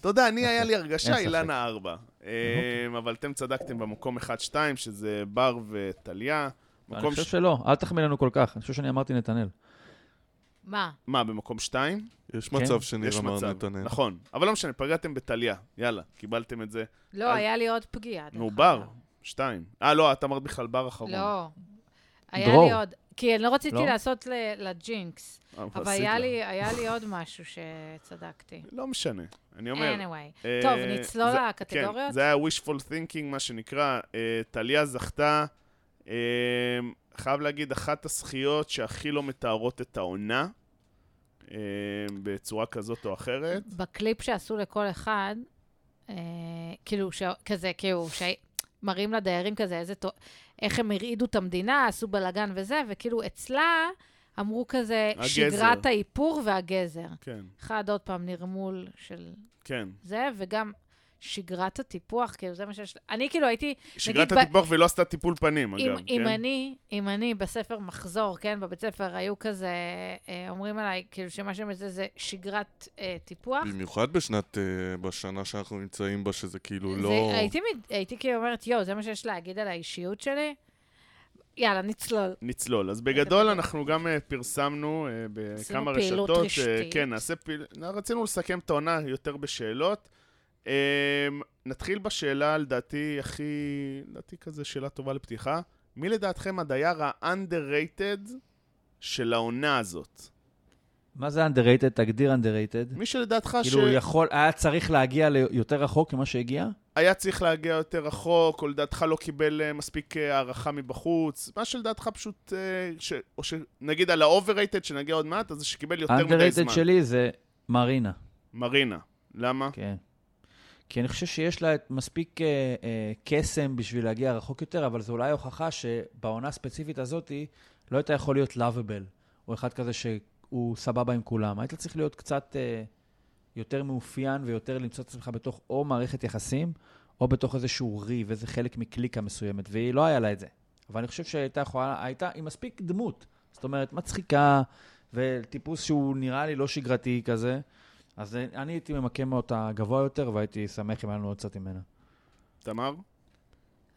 S1: תודה, אני היה לי הרגשה,
S4: אין ספק. אוקיי.
S1: אילנה ארבע. אמ, אבל אתם צדקתם במקום 1-2, שזה בר וטליה.
S4: אני
S1: מקום
S4: חושב
S1: ש-
S4: שלא, אל תחמיא לנו כל כך. אני חושב שאני אמרתי נתנאל.
S2: מה?
S1: מה, במקום 2?
S3: יש
S4: כן,
S3: מצב שניר
S1: יש
S3: אמר
S1: מצב,
S3: נתנאל.
S1: נכון. אבל לא משנה, פגעתם בטליה. יאללה, קיבלתם את זה.
S2: לא,
S1: אז-
S2: היה לי עוד פגיעה. דרך
S1: נו, בר,
S2: אגב.
S1: שתיים. אה, לא, את אמרת בכלל בר אחרון.
S2: לא. היה
S4: דרור.
S2: לי עוד, כי אני לא רציתי
S4: לא?
S2: לעשות ל- לג'ינקס,
S1: אה,
S2: אבל
S1: עשית
S2: היה
S1: לה.
S2: לי- היה לי עוד משהו שצדקתי.
S1: לא משנה, אני אומר.
S2: anyway,
S1: אה,
S2: טוב, נצלול
S1: זה- כן,
S2: לקטגוריות?
S1: זה היה wishful thinking, מה שנקרא. אה, טליה זכתה, אה, חייב להגיד, אחת הזכיות שהכי לא מתארות את העונה, אה, בצורה כזאת או אחרת.
S2: בקליפ שעשו לכל אחד, אה, כאילו, ש... כזה, כאילו, שמראים לדיירים כזה איזה... טו- איך הם הרעידו את המדינה, עשו בלאגן וזה, וכאילו אצלה אמרו כזה,
S1: הגזר.
S2: שגרת האיפור והגזר.
S1: כן,
S2: אחד, עוד פעם, נרמול של
S1: כן.
S2: זה, וגם שגרת הטיפוח, כאילו, זה מה שיש... אני כאילו הייתי...
S1: שגרת
S2: ב-
S1: הטיפוח ולא עשתה טיפול פנים,
S2: אם,
S1: אגב.
S2: אם,
S1: כן?
S2: אני, אם אני בספר מחזור, כן, בבית ספר, היו כזה, אה, אומרים עליי, כאילו, שמה שהם זה, זה שגרת אה, טיפוח.
S3: במיוחד בשנת, אה, בשנה שאנחנו נמצאים בה, שזה כאילו
S2: זה-
S3: לא...
S2: הייתי, מת- הייתי כאילו אומרת, יואו, זה מה שיש להגיד על האישיות שלי? יאללה, נצלול.
S1: נצלול. אז בגדול אנחנו גם אה, פרסמנו אה,
S2: עשינו
S1: בכמה
S2: פעילות
S1: רשתות. אה,
S2: רשתית.
S1: כן, נעשה פעיל... רצינו לסכם את העונה יותר בשאלות. אה, נתחיל בשאלה, לדעתי, הכי... לדעתי כזה שאלה טובה לפתיחה. מי לדעתכם הדייר ה-underrated של העונה הזאת?
S4: מה זה underrated? תגדיר underrated.
S1: מי שלדעתך ש...
S4: כאילו, יכול, היה צריך להגיע ליותר רחוק ממה שהגיע?
S1: היה צריך להגיע יותר רחוק, או לדעתך לא קיבל אה, מספיק אה, הערכה מבחוץ, מה שלדעתך פשוט, אה, ש... או שנגיד על ה-overrated, שנגיע עוד מעט, אז שקיבל יותר מדי זמן.
S4: underrated שלי זה מרינה,
S1: מרינה, למה?
S4: כן. כי אני חושב שיש לה את מספיק אה, אה, קסם בשביל להגיע רחוק יותר, אבל זו אולי הוכחה שבעונה הספציפית הזאת לא הייתה יכול להיות לאביבל, או אחד כזה שהוא סבבה עם כולם. היית צריך להיות קצת אה, יותר מאופיין ויותר למצוא את עצמך בתוך או מערכת יחסים, או בתוך איזשהו ריב, איזה חלק מקליקה מסוימת, והיא לא היה לה את זה. אבל אני חושב שהייתה יכולה, הייתה, היא מספיק דמות. זאת אומרת, מצחיקה, וטיפוס שהוא נראה לי לא שגרתי כזה. אז אה, אני הייתי ממקם אותה גבוה יותר, והייתי שמח אם היה לנו עוד קצת ממנה.
S1: תמר?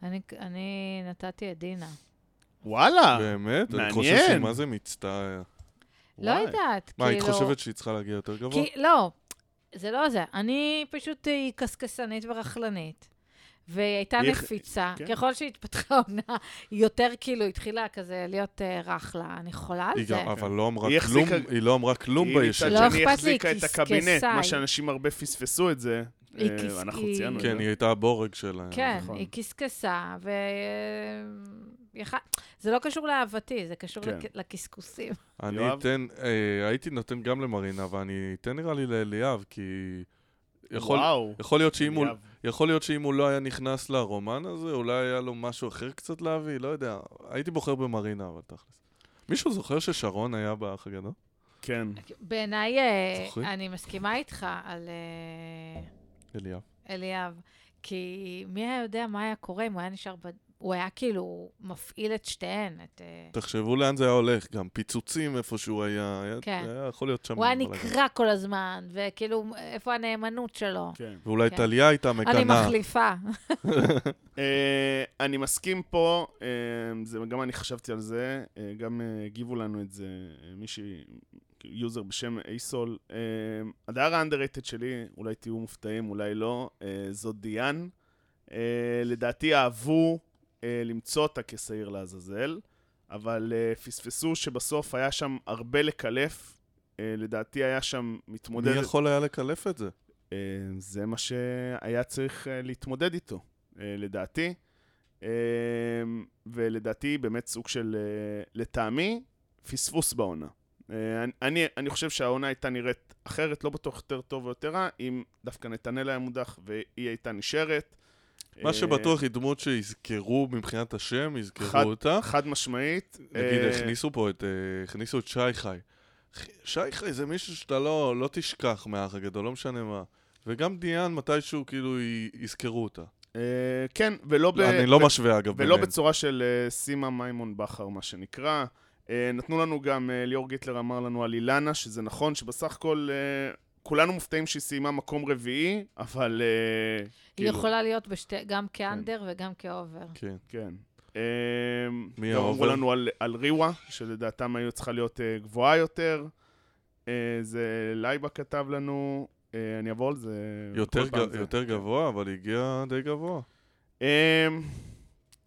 S2: אני, אני נתתי את דינה.
S1: וואלה!
S3: באמת? אני
S1: אה, מעניין.
S3: חושב שהיא מה זה מצטער.
S2: לא
S1: וואי.
S2: יודעת,
S3: מה, היית
S2: כאילו...
S3: חושבת שהיא צריכה להגיע יותר גבוה?
S2: כי, לא, זה לא זה. אני פשוט, אה, היא קשקשנית ורכלנית. והיא הייתה
S1: היא-
S2: נפיצה.
S1: כן.
S2: ככל שהתפתחה העונה, היא יותר כאילו התחילה כזה להיות אה, רכלה. אני חולה על
S3: היא
S2: זה.
S3: גם, אבל לא אמרה
S1: היא
S3: כלום,
S1: החזיקה-
S3: היא לא אמרה כלום
S1: כאילו, היא
S3: בישיר.
S1: מצד
S2: לא
S1: שני
S2: אכפת לי,
S1: החזיקה את
S2: כי
S1: הקבינט,
S2: סקסאי.
S1: מה שאנשים הרבה פספסו את זה.
S2: היא
S1: אה,
S2: כיס-
S1: אנחנו
S2: היא-
S1: ציינו את זה.
S3: כן, היא הייתה הבורג שלהם.
S2: כן,
S1: נכון.
S2: היא קשקשה, ו... יח- זה לא קשור לאהבתי, זה קשור
S1: כן.
S2: לק- לקשקוסים.
S3: אני
S1: יואב?
S3: אתן, אה, הייתי נותן גם למרינה, אבל אני אתן נראה לי לאליאב, כי... יכול,
S1: וואו.
S3: יכול, להיות שאם הוא,
S1: אליאב.
S3: יכול להיות שאם הוא לא היה נכנס לרומן הזה, אולי היה לו משהו אחר קצת להביא, לא יודע. הייתי בוחר במרינה, אבל תכלס. מישהו זוכר ששרון היה באח הגדול?
S1: כן.
S2: אוקיי. בעיניי, אה,
S3: זוכרים?
S2: אני מסכימה איתך על אה,
S3: אליאב.
S2: אליאב, כי מי היה יודע מה היה קורה אם הוא היה נשאר ב... הוא היה כאילו מפעיל את שתיהן, את... אה,
S3: תחשבו לאן זה היה הולך, גם פיצוצים איפה שהוא היה, היה,
S2: כן.
S3: היה יכול להיות שם.
S2: הוא היה
S3: בלאגן.
S2: נקרע כל הזמן, וכאילו, איפה הנאמנות שלו?
S1: כן.
S3: ואולי
S2: כן.
S3: טליה הייתה מקנאה.
S2: אני מחליפה.
S1: אה, אני מסכים פה, אה, זה, גם אני חשבתי על זה, אה, גם אה, הגיבו לנו את זה אה, מישהי, יוזר בשם אייסול. אה, הדייר האנדררייטד שלי, אולי תהיו מופתעים, אולי לא, אה, זאת דיאן. אה, לדעתי אהבו אה, למצוא אותה כשעיר לעזאזל, אבל אה, פספסו שבסוף היה שם הרבה לקלף. אה, לדעתי היה שם
S3: מי
S1: מתמודד...
S3: יכול היה לקלף את זה?
S1: אה, זה מה שהיה צריך אה, להתמודד איתו, אה, לדעתי. אה, ולדעתי באמת סוג של, אה, לטעמי, פספוס בעונה. אה, אני- אני, אני חושב שהעונה הייתה נראית אחרת, לא בטוח יותר טוב או יותר רע, אם דווקא נתנאל היה מודח והיא הייתה נשארת. אה,
S3: מה שבטוח היא דמות שיזכרו מבחינת השם,
S1: חד-
S3: יזכרו אותה.
S1: חד משמעית.
S3: נגיד,
S1: אה,
S3: הכניסו פה את... אה, הכניסו את שי חי. ח- שי חי זה מישהו שאתה לא לא תשכח מהאח הגדול, לא משנה מה. וגם דיאן, מתישהו כאילו י- יזכרו אותה.
S1: אה, כן, ולא ב...
S3: אני לא משווה, אגב,
S1: ולא
S3: ביניהם.
S1: בצורה של אה, סימה מימון בכר, מה שנקרא. אה, נתנו לנו גם, אה, ליאור גיטלר אמר לנו על אילנה, שזה נכון, שבסך הכל אה, כולנו מופתעים שהיא סיימה מקום רביעי, אבל... אה,
S2: היא
S1: כאילו,
S2: יכולה להיות בשתי- גם כאנדר וגם כאובר.
S3: כן.
S1: כן.
S3: מי
S1: מי האובר? גם אמרו
S3: האובר?
S1: לנו על- על ריווה, שלדעתם היו צריכה להיות אה, גבוהה יותר. אה, זה לייבה כתב לנו, אה, אני אעבור על זה.
S3: יותר
S1: כל פעם
S3: ג-
S1: זה. כן.
S3: יותר גבוה, אבל היא הגיעה די גבוה.
S1: אמ,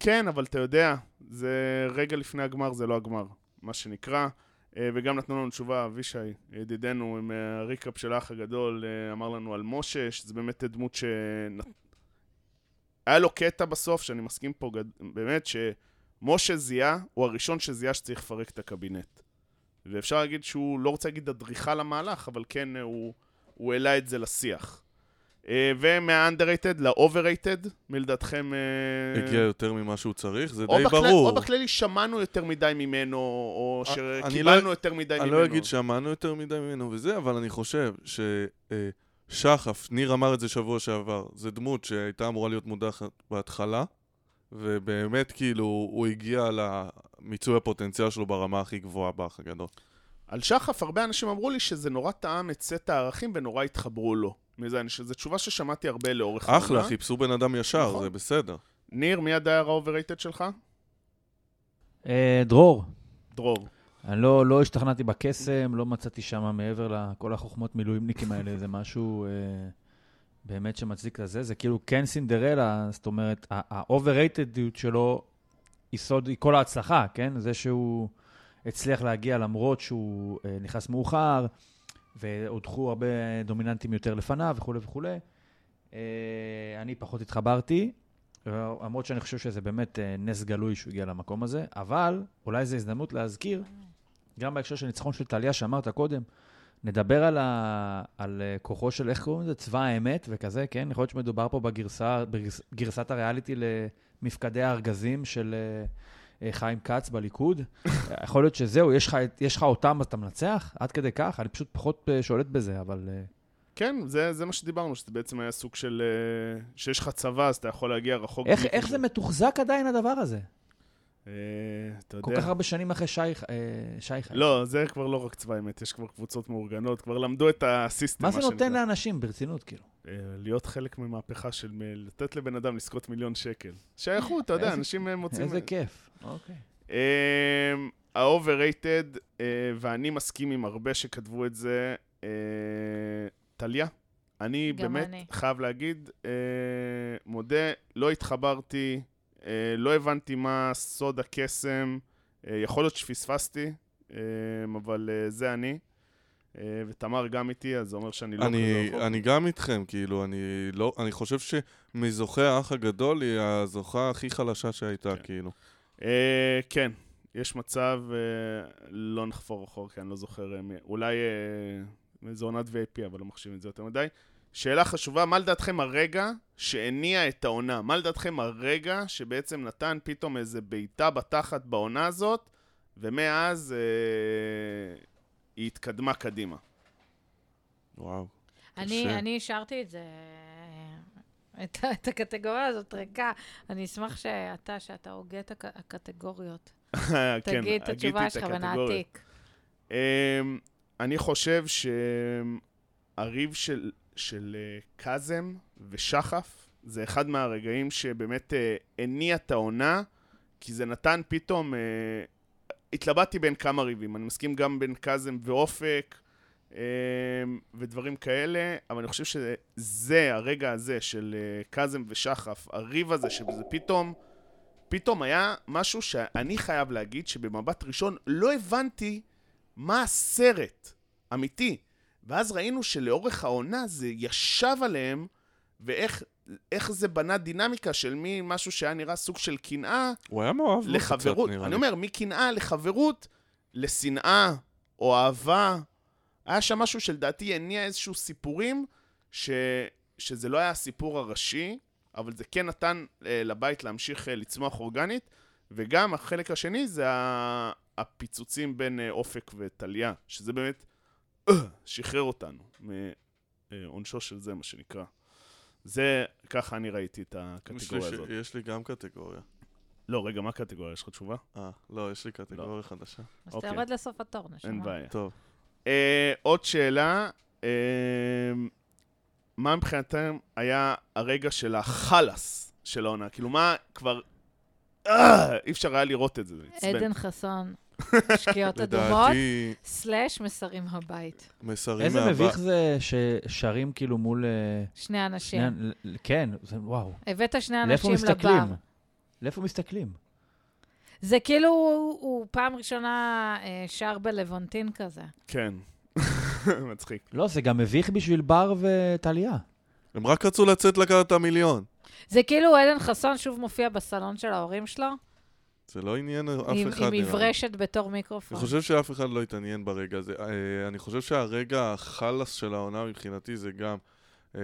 S1: כן, אבל אתה יודע, זה רגע לפני הגמר, זה לא הגמר, מה שנקרא. אה, וגם נתנו לנו תשובה, אבישי, ידידנו, עם אה, הריקאפ של האח הגדול, אה, אמר לנו על משה, שזה באמת דמות ש... היה לו קטע בסוף, שאני מסכים פה, גד- באמת, שמשה זיהה, הוא הראשון שזיהה שצריך לפרק את הקבינט. ואפשר להגיד שהוא, לא רוצה להגיד אדריכל למהלך, אבל כן, אה, הוא, הוא העלה את זה לשיח. אה, ומהאנדררייטד לאובררייטד, מי לדעתכם... אה,
S3: הגיע יותר ממה שהוא צריך, זה
S1: או
S3: די
S1: בכלל-
S3: ברור.
S1: או בכללי שמענו יותר מדי ממנו, או
S3: אה,
S1: שקיבלנו
S3: אני לא-
S1: יותר מדי
S3: אני
S1: ממנו.
S3: לא אגיד שמענו יותר מדי ממנו וזה, אבל אני חושב ששחף, ניר אמר את זה שבוע שעבר, זו דמות שהייתה אמורה להיות מודחת בהתחלה, ובאמת כאילו הוא הגיע למיצוי הפוטנציאל שלו ברמה הכי גבוהה באח הגדול.
S1: על שחף הרבה אנשים אמרו לי שזה נורא טעם את סט הערכים ונורא התחברו לו. מזה, אני- שזו תשובה ששמעתי הרבה לאורך
S3: אחלה,
S1: העונה.
S3: חיפשו בן אדם ישר,
S1: נכון.
S3: זה בסדר.
S1: ניר, מי הדייר האובררייטד שלך?
S4: אה, דרור,
S1: דרור.
S4: אני לא, לא השתכנעתי בקסם, לא מצאתי שם מעבר לכל החוכמות מילואימניקים האלה, זה משהו אה, באמת שמצדיק לזה. זה כאילו כן סינדרלה, זאת אומרת, ה-overratedיות שלו היא סוד, היא כל ההצלחה, כן? זה שהוא הצליח להגיע למרות שהוא אה, נכנס מאוחר, והודחו הרבה דומיננטים יותר לפניו וכולי וכולי. אה, אני פחות התחברתי, אה, למרות שאני חושב שזה באמת אה, נס גלוי שהוא הגיע למקום הזה, אבל אולי זו הזדמנות להזכיר גם בהקשר של ניצחון של טליה שאמרת קודם, נדבר על, ה... על אה, כוחו של, איך קוראים לזה? צבא האמת וכזה, כן? יכול להיות שמדובר פה בגרסה, בגרס... גרסת הריאליטי למפקדי הארגזים של אה, אה, חיים כץ בליכוד. אה, יכול להיות שזהו, יש לך, את- יש לך אותם אז אתה מנצח? עד כדי כך? אני פשוט פחות אה, שולט בזה, אבל... אה,
S1: כן, זה, זה מה שדיברנו, שזה בעצם היה סוג של... אה, שיש לך צבא, אז אתה יכול להגיע רחוק.
S4: איך,
S1: בלי
S4: איך זה
S1: כזה.
S4: מתוחזק עדיין הדבר הזה?
S1: אה, אתה
S4: כל
S1: יודע.
S4: כך הרבה שנים אחרי שי, אה, שי חי.
S1: לא, זה כבר לא רק צבא האמת, יש כבר קבוצות מאורגנות, כבר למדו את הסיסטם,
S4: מה זה
S1: שנקרא.
S4: נותן לאנשים, ברצינות, כאילו?
S1: אה, להיות חלק ממהפכה של מ- לתת לבן אדם לזכות מיליון שקל. שייכות, אתה יודע,
S4: איזה-
S1: אנשים אה, מוצאים...
S4: איזה כיף. אוקיי.
S1: אמ, ה-overrated, אה, ואני מסכים עם הרבה שכתבו את זה, אה, טליה. אני
S2: גם
S1: באמת
S2: אני.
S1: חייב להגיד, אה, מודה, לא התחברתי, אה, לא הבנתי מה סוד הקסם, אה, יכול להיות שפספסתי, אה, אבל אה, זה אני. אה, ותמר גם איתי, אז זה אומר שאני לא
S3: אני,
S1: כזה רחוק.
S3: אני גם איתכם, כאילו, אני לא, אני חושב שמזוכה האח הגדול היא הזוכה הכי חלשה שהייתה,
S1: כן.
S3: כאילו.
S1: אה, כן, יש מצב, אה, לא נחפור אחורה, כי אני לא זוכר, אה, מי- אולי אה, זה עונת VIP, אבל לא מחשיבים את זה יותר מדי. שאלה חשובה, מה לדעתכם הרגע שהניע את העונה? מה לדעתכם הרגע שבעצם נתן פתאום איזה בעיטה בתחת בעונה הזאת, ומאז אה, היא התקדמה קדימה?
S3: וואו. קשה.
S2: אני, אני השארתי את זה, אה, את, ה- את הקטגוריה הזאת ריקה. אני אשמח שאתה, שאתה הוגה את הק- הקטגוריות,
S1: כן,
S2: תגיד את
S1: הגיתי
S2: התשובה שלך
S1: הקטגוריות.
S2: ונעתיק.
S1: אמ, אני חושב שהריב של, של אה, קאזם ושחף זה אחד מהרגעים שבאמת אה, הניע את העונה, כי זה נתן פתאום... אה, התלבטתי בין כמה ריבים, אני מסכים גם בין קאזם ואופק אמ, ודברים כאלה, אבל אני חושב שזה הרגע הזה של אה, קאזם ושחף, הריב הזה שזה פתאום... פתאום היה משהו שאני חייב להגיד שבמבט ראשון לא הבנתי מה הסרט, אמיתי. ואז ראינו שלאורך העונה זה ישב עליהם, ואיך איך זה בנה דינמיקה של ממשהו שהיה נראה סוג של קנאה
S3: הוא היה מאוהב בו קצת,
S1: לחברות.
S3: נראה
S1: אני
S3: לי.
S1: אומר, מקנאה לחברות, לשנאה או אהבה. היה שם משהו שלדעתי הניע איזשהו סיפורים, ש... שזה לא היה הסיפור הראשי, אבל זה כן נתן אה, לבית להמשיך אה, לצמוח אורגנית. וגם החלק השני זה ה- הפיצוצים בין אה, אופק וטליה, שזה באמת אה, שחרר אותנו מעונשו של זה, מה שנקרא. זה, ככה אני ראיתי את
S3: יש לי,
S1: הקטגוריה
S3: ש...
S1: הזאת.
S3: יש לי גם קטגוריה.
S1: לא, רגע, מה הקטגוריה? יש לך תשובה?
S3: אה, לא, יש לי קטגוריה חדשה.
S2: אז אתה
S1: אוקיי.
S2: יורד לסוף התור, נשמה.
S1: אין
S4: כן.
S1: בעיה.
S3: טוב.
S1: אה, עוד שאלה, אה, מה מבחינתם היה הרגע של החלאס של העונה? כאילו, מה כבר... אה, אי אפשר היה לראות את זה, זה עצבן.
S2: עדן חסון, שקיעות אדומות,
S3: לדעתי,
S2: סלאש מסרים הבית.
S3: מסרים
S4: איזה
S3: מהבית.
S4: מביך זה ששרים כאילו מול... אה,
S2: שני
S4: שני,
S2: אנשים.
S4: ל- כן, זה, וואו.
S2: הבאת שני
S4: לאיפה
S2: אנשים
S4: מסתכלים?
S2: לבר.
S4: לאיפה מסתכלים?
S2: זה כאילו הוא, הוא פעם ראשונה אה, שר בלוונטין כזה.
S1: כן. מצחיק.
S4: לא, זה גם מביך בשביל בר וטליה.
S3: הם רק רצו לצאת לקחת את המיליון.
S2: זה כאילו עדן חסון שוב מופיע בסלון של ההורים שלו,
S3: זה לא עניין אף
S2: עם,
S3: אחד,
S2: עם
S3: נראה לי.
S2: מברשת בתור
S3: אני
S2: מיקרופון.
S3: חושב שאף אחד לא התעניין ברגע הזה. אה, אני חושב שהרגע החלאס של העונה מבחינתי זה גם אה,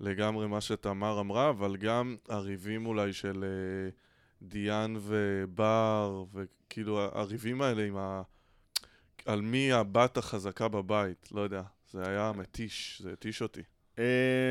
S3: לגמרי מה שתמר אמרה, אבל גם הריבים אולי של אה, דיאן ובר, וכאילו ה- הריבים האלה עם ה... על מי הבת החזקה בבית, לא יודע. זה היה מתיש, זה התיש אותי.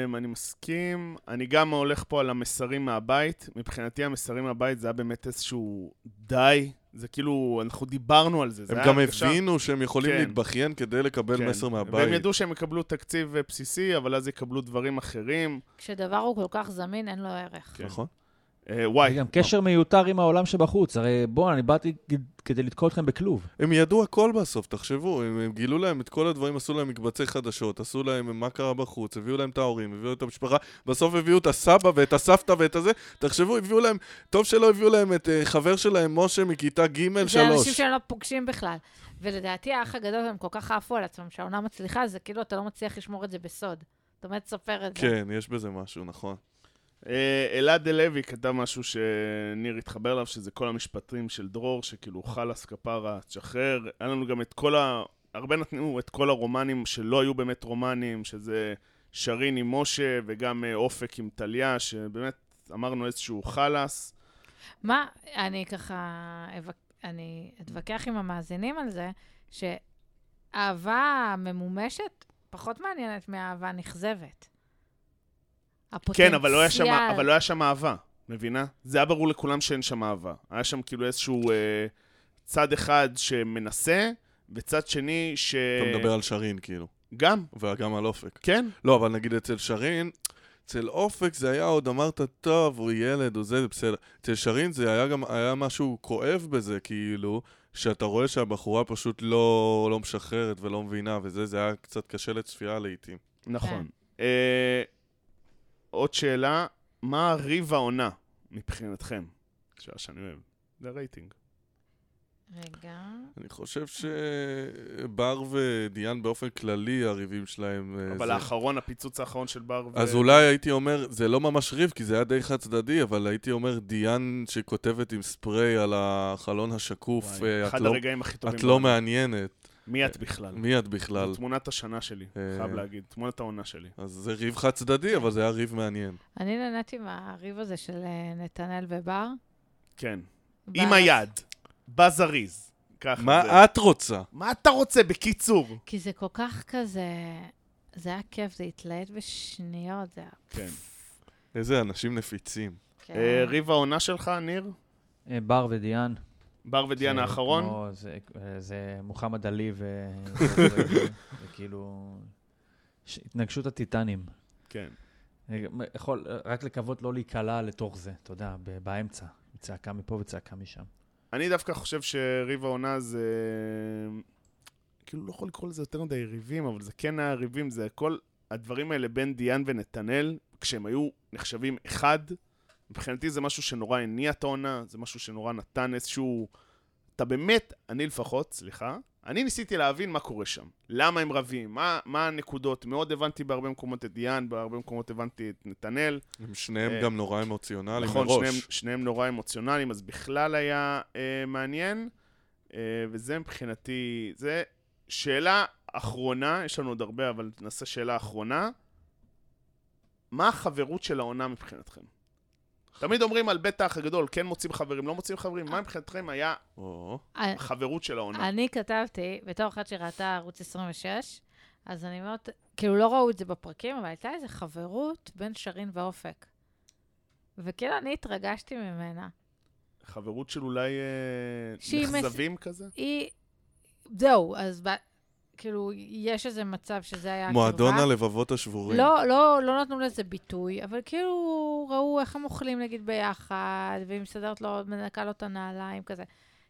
S1: אמ, אני מסכים, אני גם הולך פה על המסרים מהבית. מבחינתי המסרים מהבית זה היה באמת איזשהו די. זה כאילו, אנחנו דיברנו על זה. זה
S3: הם
S1: היה
S3: גם
S1: הרגשה-
S3: הבינו שהם יכולים
S1: כן.
S3: להתבכיין כדי לקבל
S1: כן.
S3: מסר
S1: והם
S3: מהבית.
S1: ידעו שהם יקבלו תקציב אה, בסיסי, אבל אז יקבלו דברים אחרים.
S2: כשדבר הוא כל כך זמין, אין לו ערך.
S1: כן.
S3: נכון?
S1: אה,
S4: זה
S1: וואי,
S4: גם קשר מיותר עם העולם שבחוץ, הרי בואו, אני באתי כדי לתקוע אתכם בכלוב.
S3: הם ידעו הכל בסוף, תחשבו, הם, הם גילו להם את כל הדברים, עשו להם מקבצי חדשות, עשו להם מה קרה בחוץ, הביאו להם את ההורים, הביאו את המשפחה, בסוף הביאו את הסבא ואת הסבתא ואת הזה, תחשבו, הביאו להם, טוב שלא הביאו להם את uh, חבר שלהם, משה, מכיתה
S1: כן,
S3: ג'
S2: זה אנשים
S3: שלוש.
S2: שהם לא פוגשים בכלל. ולדעתי, האח הגדול, הם כל כך עפו על עצמם, שהעונה מצליחה, זה כאילו אתה לא מצליח לשמור את זה בסוד. אתה באמת סופר את זה.
S3: כן, יש בזה משהו, נכון.
S1: אה, אלעד אלוי כתב משהו שניר התחבר אליו, שזה כל המשפטים של דרור, שכאילו חלאס כפרה, תשחרר. היה לנו גם את כל ה... הרבה נתנו את כל הרומנים שלא היו באמת רומנים, שזה שרין עם משה וגם אה, אופק עם טליה, שבאמת אמרנו איזשהו חלאס.
S2: מה, אני ככה, אבק- אני אתווכח עם המאזינים על זה, שאהבה ממומשת פחות מעניינת מאהבה נכזבת.
S1: כן, אבל לא היה שם-
S2: הפוטנציאל-
S1: אבל לא היה שם אהבה, מבינה? זה היה ברור לכולם שאין שם אהבה. היה שם כאילו איזשהו אה, צד אחד שמנסה, וצד שני ש...
S3: אתה מדבר על שרין, כאילו,
S1: גם,
S3: וגם על אופק.
S1: כן.
S3: לא, אבל נגיד אצל שרין, אצל אופק זה היה עוד אמרת, טוב, הוא ילד, הוא זה, זה בסדר. אצל שרין זה היה גם, היה משהו כואב בזה, כאילו, שאתה רואה שהבחורה פשוט לא, לא משחררת ולא מבינה, וזה, זה היה קצת קשה לצפייה לעיתים.
S1: נכון. אה, עוד שאלה, מה ריב העונה מבחינתכם? שאלה שאני אוהב. זה הרייטינג.
S2: רגע.
S3: אני חושב שבר ודיאן באופן כללי, הריבים שלהם... אה,
S1: אבל אה,
S3: זה-
S1: האחרון, הפיצוץ האחרון של בר ו...
S3: אז לא אולי הייתי אומר, זה לא ממש ריב, כי זה היה די חד צדדי, אבל הייתי אומר, דיאן שכותבת עם ספרי על החלון השקוף,
S1: וואי,
S3: אה, את
S1: אחד
S3: לא-
S1: הרגעים הכי טובים.
S3: את לא
S1: בעונה.
S3: מעניינת.
S1: מי את בכלל?
S3: מי את בכלל?
S1: זו תמונת השנה שלי,
S3: אה.
S1: חייב להגיד. תמונת העונה שלי.
S3: אז זה ריב חד צדדי, אבל זה היה ריב מעניין.
S2: אני נהניתי מהריב הזה של אה, נתנאל ובר.
S1: כן.
S2: בר-
S1: עם היד. בזריז. ככה זה.
S3: מה את רוצה?
S1: מה אתה רוצה, בקיצור?
S2: כי זה כל כך כזה... זה היה כיף, זה התלהט בשניות, זה היה...
S1: כן.
S3: איזה אנשים נפיצים.
S2: כן.
S1: אה, ריב העונה שלך, ניר?
S4: אה, בר ודיאן.
S1: בר ודיאן
S4: זה
S3: כן.
S1: האחרון?
S4: כמו- זה- אה, זה מוחמד עלי ו... זה- זה- זה כאילו... ש- התנגשות הטיטנים.
S1: כן.
S4: אני גם יכול אה, רק לקוות לא להיקלע לתוך זה, אתה יודע, ב- באמצע. צעקה מפה וצעקה משם.
S1: אני דווקא חושב שריב העונה זה... כאילו, לא יכול לקרוא לזה יותר מדי ריבים, אבל זה כן היה ריבים, זה הכל... הדברים האלה בין דיאן ונתנאל, כשהם היו נחשבים אחד, מבחינתי זה משהו שנורא הניע את העונה, זה משהו שנורא נתן איזשהו... אתה באמת, אני לפחות, סליחה, אני ניסיתי להבין מה קורה שם. למה הם רבים, מה, מה הנקודות. מאוד הבנתי בהרבה מקומות את דיאן, בהרבה מקומות הבנתי את נתנאל.
S3: הם שניהם
S1: אה,
S3: גם נורא אמוציונליים
S1: נכון, שניהם,
S3: מראש.
S1: שניהם נורא אמוציונליים, אז בכלל היה אה, מעניין. אה, וזה מבחינתי, זה שאלה אחרונה, יש לנו עוד הרבה, אבל נעשה שאלה אחרונה. מה החברות של העונה מבחינתכם? תמיד אומרים על בית האח הגדול, כן מוצאים חברים, לא מוצאים חברים, מה מבחינתכם היה
S3: או,
S2: אה,
S1: החברות של העונה?
S2: אני כתבתי, בתור אחת שראתה ערוץ 26, אז אני מאוד, כאילו לא ראו את זה בפרקים, אבל הייתה איזו חברות בין שרין ואופק. וכאילו אני התרגשתי ממנה.
S1: חברות של אולי אה,
S2: שהיא מס-
S1: נכזבים כזה?
S2: היא, זהו, אז ב... כאילו, יש איזה מצב שזה היה כאילו הקרבה.
S3: מועדון הלבבות השבורים.
S2: אה, לא, לא, לא נתנו לזה ביטוי, אבל כאילו ראו איך הם אוכלים נגיד ביחד, והיא מסדרת לו, מנקה לו את הנעליים כזה,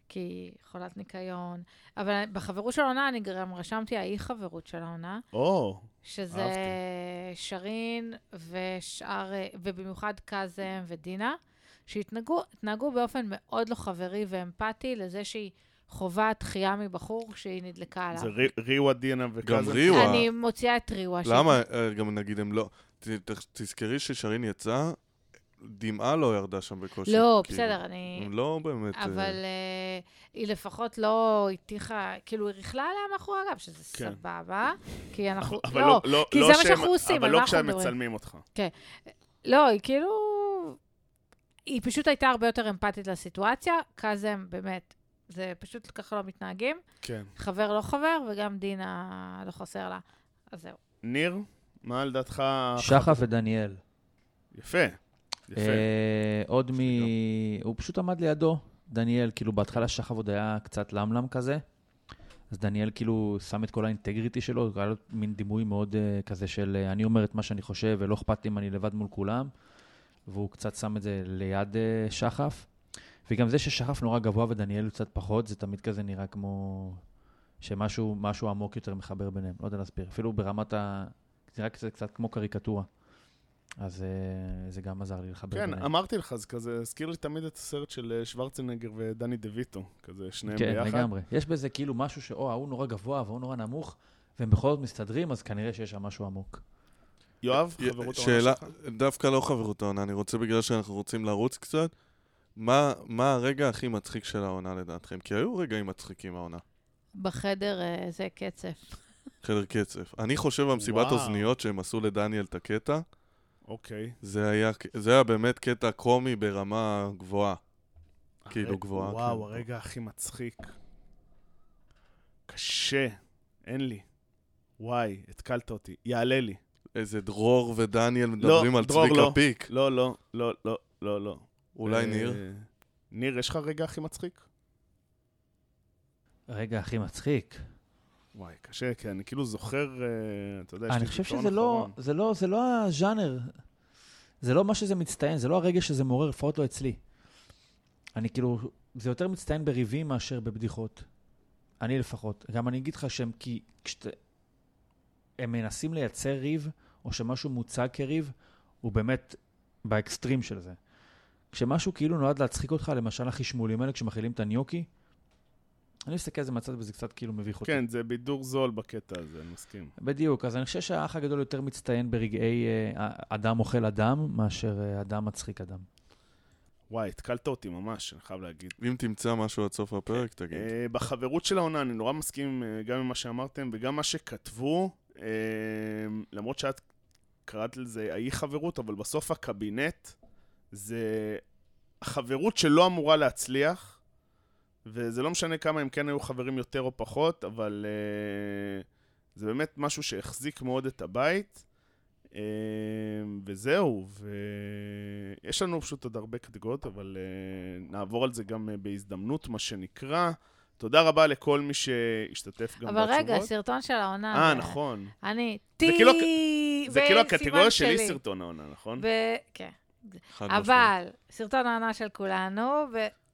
S2: כי היא חולת ניקיון. אבל בחברות של העונה אני גם רשמתי האי חברות של העונה,
S1: או,
S2: שזה
S1: אהבתי.
S2: שרין ושאר, ובמיוחד קאזם ודינה, שהתנהגו התנהגו באופן מאוד לא חברי ואמפתי לזה שהיא חווה דחייה מבחור שהיא נדלקה עליו.
S1: זה רי- ריווה דינה וכזה.
S3: גם ריווה.
S2: אני מוציאה את ריווה. שהיא-
S3: למה? אה, גם נגיד הם לא... ת- ת- תזכרי ששרין יצאה, דמעה לא ירדה שם בקושי.
S2: לא,
S3: כאילו.
S2: בסדר, אני...
S3: הם לא באמת... אה,
S2: אבל אה, היא לפחות לא הטיחה, כאילו, היא ריכלה עליה מאחורי הגב, שזה
S1: כן.
S2: סבבה, כי אנחנו...
S1: אבל
S2: לא,
S1: לא,
S2: כי
S1: לא
S2: זה מה
S1: שהם-
S2: שאנחנו עושים,
S1: אבל
S2: על
S1: לא
S2: מה אנחנו
S1: כשהם
S2: מדברים?
S1: מצלמים אותך.
S2: לא, היא כאילו... היא פשוט הייתה הרבה יותר אמפתית לסיטואציה, קאזם, באמת, זה פשוט ככה לא מתנהגים.
S1: כן.
S2: חבר לא חבר, וגם דינה לא חסר לה. אז זהו.
S1: ניר, מה לדעתך...
S4: שחף ודניאל.
S1: יפה, יפה.
S4: אה, עוד מ... הוא פשוט עמד לידו, דניאל, כאילו בהתחלה שחף עוד היה קצת למלם כזה, אז דניאל כאילו שם את כל האינטגריטי שלו, היה לו מין דימוי מאוד אה, כזה של אה, אני אומר את מה שאני חושב ולא אכפת לי אם אני לבד מול כולם. והוא קצת שם את זה ליד אה, שחף. וגם זה ששחף נורא גבוה ודניאל הוא קצת פחות, זה תמיד כזה נראה כמו שמשהו משהו עמוק יותר מחבר ביניהם, לא יודע להסביר. אפילו ברמת ה... זה נראה קצת, קצת כמו קריקטורה. אז אה, זה גם עזר לי לחבר
S1: כן,
S4: ביניהם.
S1: אמרתי לך, זה כזה, הזכיר לי תמיד את הסרט של אה, שוורצנגר ודני דה ויטו, כזה שניהם
S4: כן,
S1: ביחד.
S4: לגמרי. יש בזה כאילו משהו שאו ההוא נורא גבוה והוא נורא נמוך, והם בכל זאת מסתדרים, אז כנראה שיש שם משהו עמוק.
S1: יואב,
S3: י-
S1: חברות העונה
S3: שאלה,
S1: שלך.
S3: דווקא לא חברות העונה, אני רוצה בגלל שאנחנו רוצים לרוץ קצת. מה, מה הרגע הכי מצחיק של העונה לדעתכם? כי היו רגעים מצחיקים העונה.
S2: בחדר אה, זה קצף.
S3: חדר קצף. אני חושב במסיבת
S1: וואו.
S3: אוזניות שהם עשו לדניאל את הקטע,
S1: אוקיי.
S3: זה היה, זה היה באמת קטע קומי ברמה גבוהה. כאילו
S1: הרי-
S3: גבוהה,
S1: וואו,
S3: כן.
S1: הרגע הכי מצחיק. קשה, אין לי. וואי, התקלת אותי. יעלה לי.
S3: איזה דרור ודניאל מדברים על
S1: דרור
S3: צביקה
S1: לא.
S3: פיק.
S1: לא, לא, לא, לא, לא, לא.
S3: אולי
S1: אה,
S3: ניר?
S1: ניר, יש לך רגע הכי מצחיק?
S4: רגע, הכי מצחיק.
S1: וואי, קשה, כי אני כאילו זוכר, אה, אתה יודע, יש לי
S4: אני חושב
S1: זיכרון
S4: שזה לא,
S1: אחרון.
S4: זה לא, זה לא הז'אנר. זה לא מה שזה מצטיין, זה לא הרגע שזה מעורר, לפחות לא אצלי. אני כאילו, זה יותר מצטיין בריבים מאשר בבדיחות. אני לפחות. גם אני אגיד לך שהם כי... כשת... הם מנסים לייצר ריב, או שמשהו מוצג כריב, הוא באמת באקסטרים של זה. כשמשהו כאילו נועד להצחיק אותך, למשל החשמולים האלה, כשמכילים את הניוקי, אני מסתכל על זה מהצד וזה קצת כאילו מביך אותי.
S1: כן, זה בידור זול בקטע הזה, אני מסכים.
S4: בדיוק, אז אני חושב שהאח הגדול יותר מצטיין ברגעי אה, אדם אוכל אדם, מאשר אה, אדם מצחיק אדם.
S1: וואי, התקלת אותי ממש, אני חייב להגיד.
S3: אם תמצא משהו עד סוף הפרק, תגיד.
S1: אה, בחברות של העונה, אני נורא מסכים אה, גם עם מה שאמרתם וגם מה שכתבו, אה, למרות שאת קראת לזה האי חברות, אבל בסוף הקבינט זה החברות שלא אמורה להצליח, וזה לא משנה כמה הם כן היו חברים יותר או פחות, אבל אה, זה באמת משהו שהחזיק מאוד את הבית. אה, וזהו, ויש לנו פשוט עוד הרבה קטגוריות, אבל אה, נעבור על זה גם אה, בהזדמנות, מה שנקרא. תודה רבה לכל מי שהשתתף גם
S2: אבל
S1: בתשובות.
S2: רגע, סרטון של העונה.
S1: אה,
S2: זה-
S1: נכון.
S2: אני,
S1: זה
S2: טי...
S1: כאילו הק- זה כאילו
S2: וסימן
S1: הקטגוריה שלי
S2: שלי.
S1: סרטון העונה, נכון?
S2: ו- כן.
S3: חד משמעית.
S2: אבל, סרטון העונה של כולנו,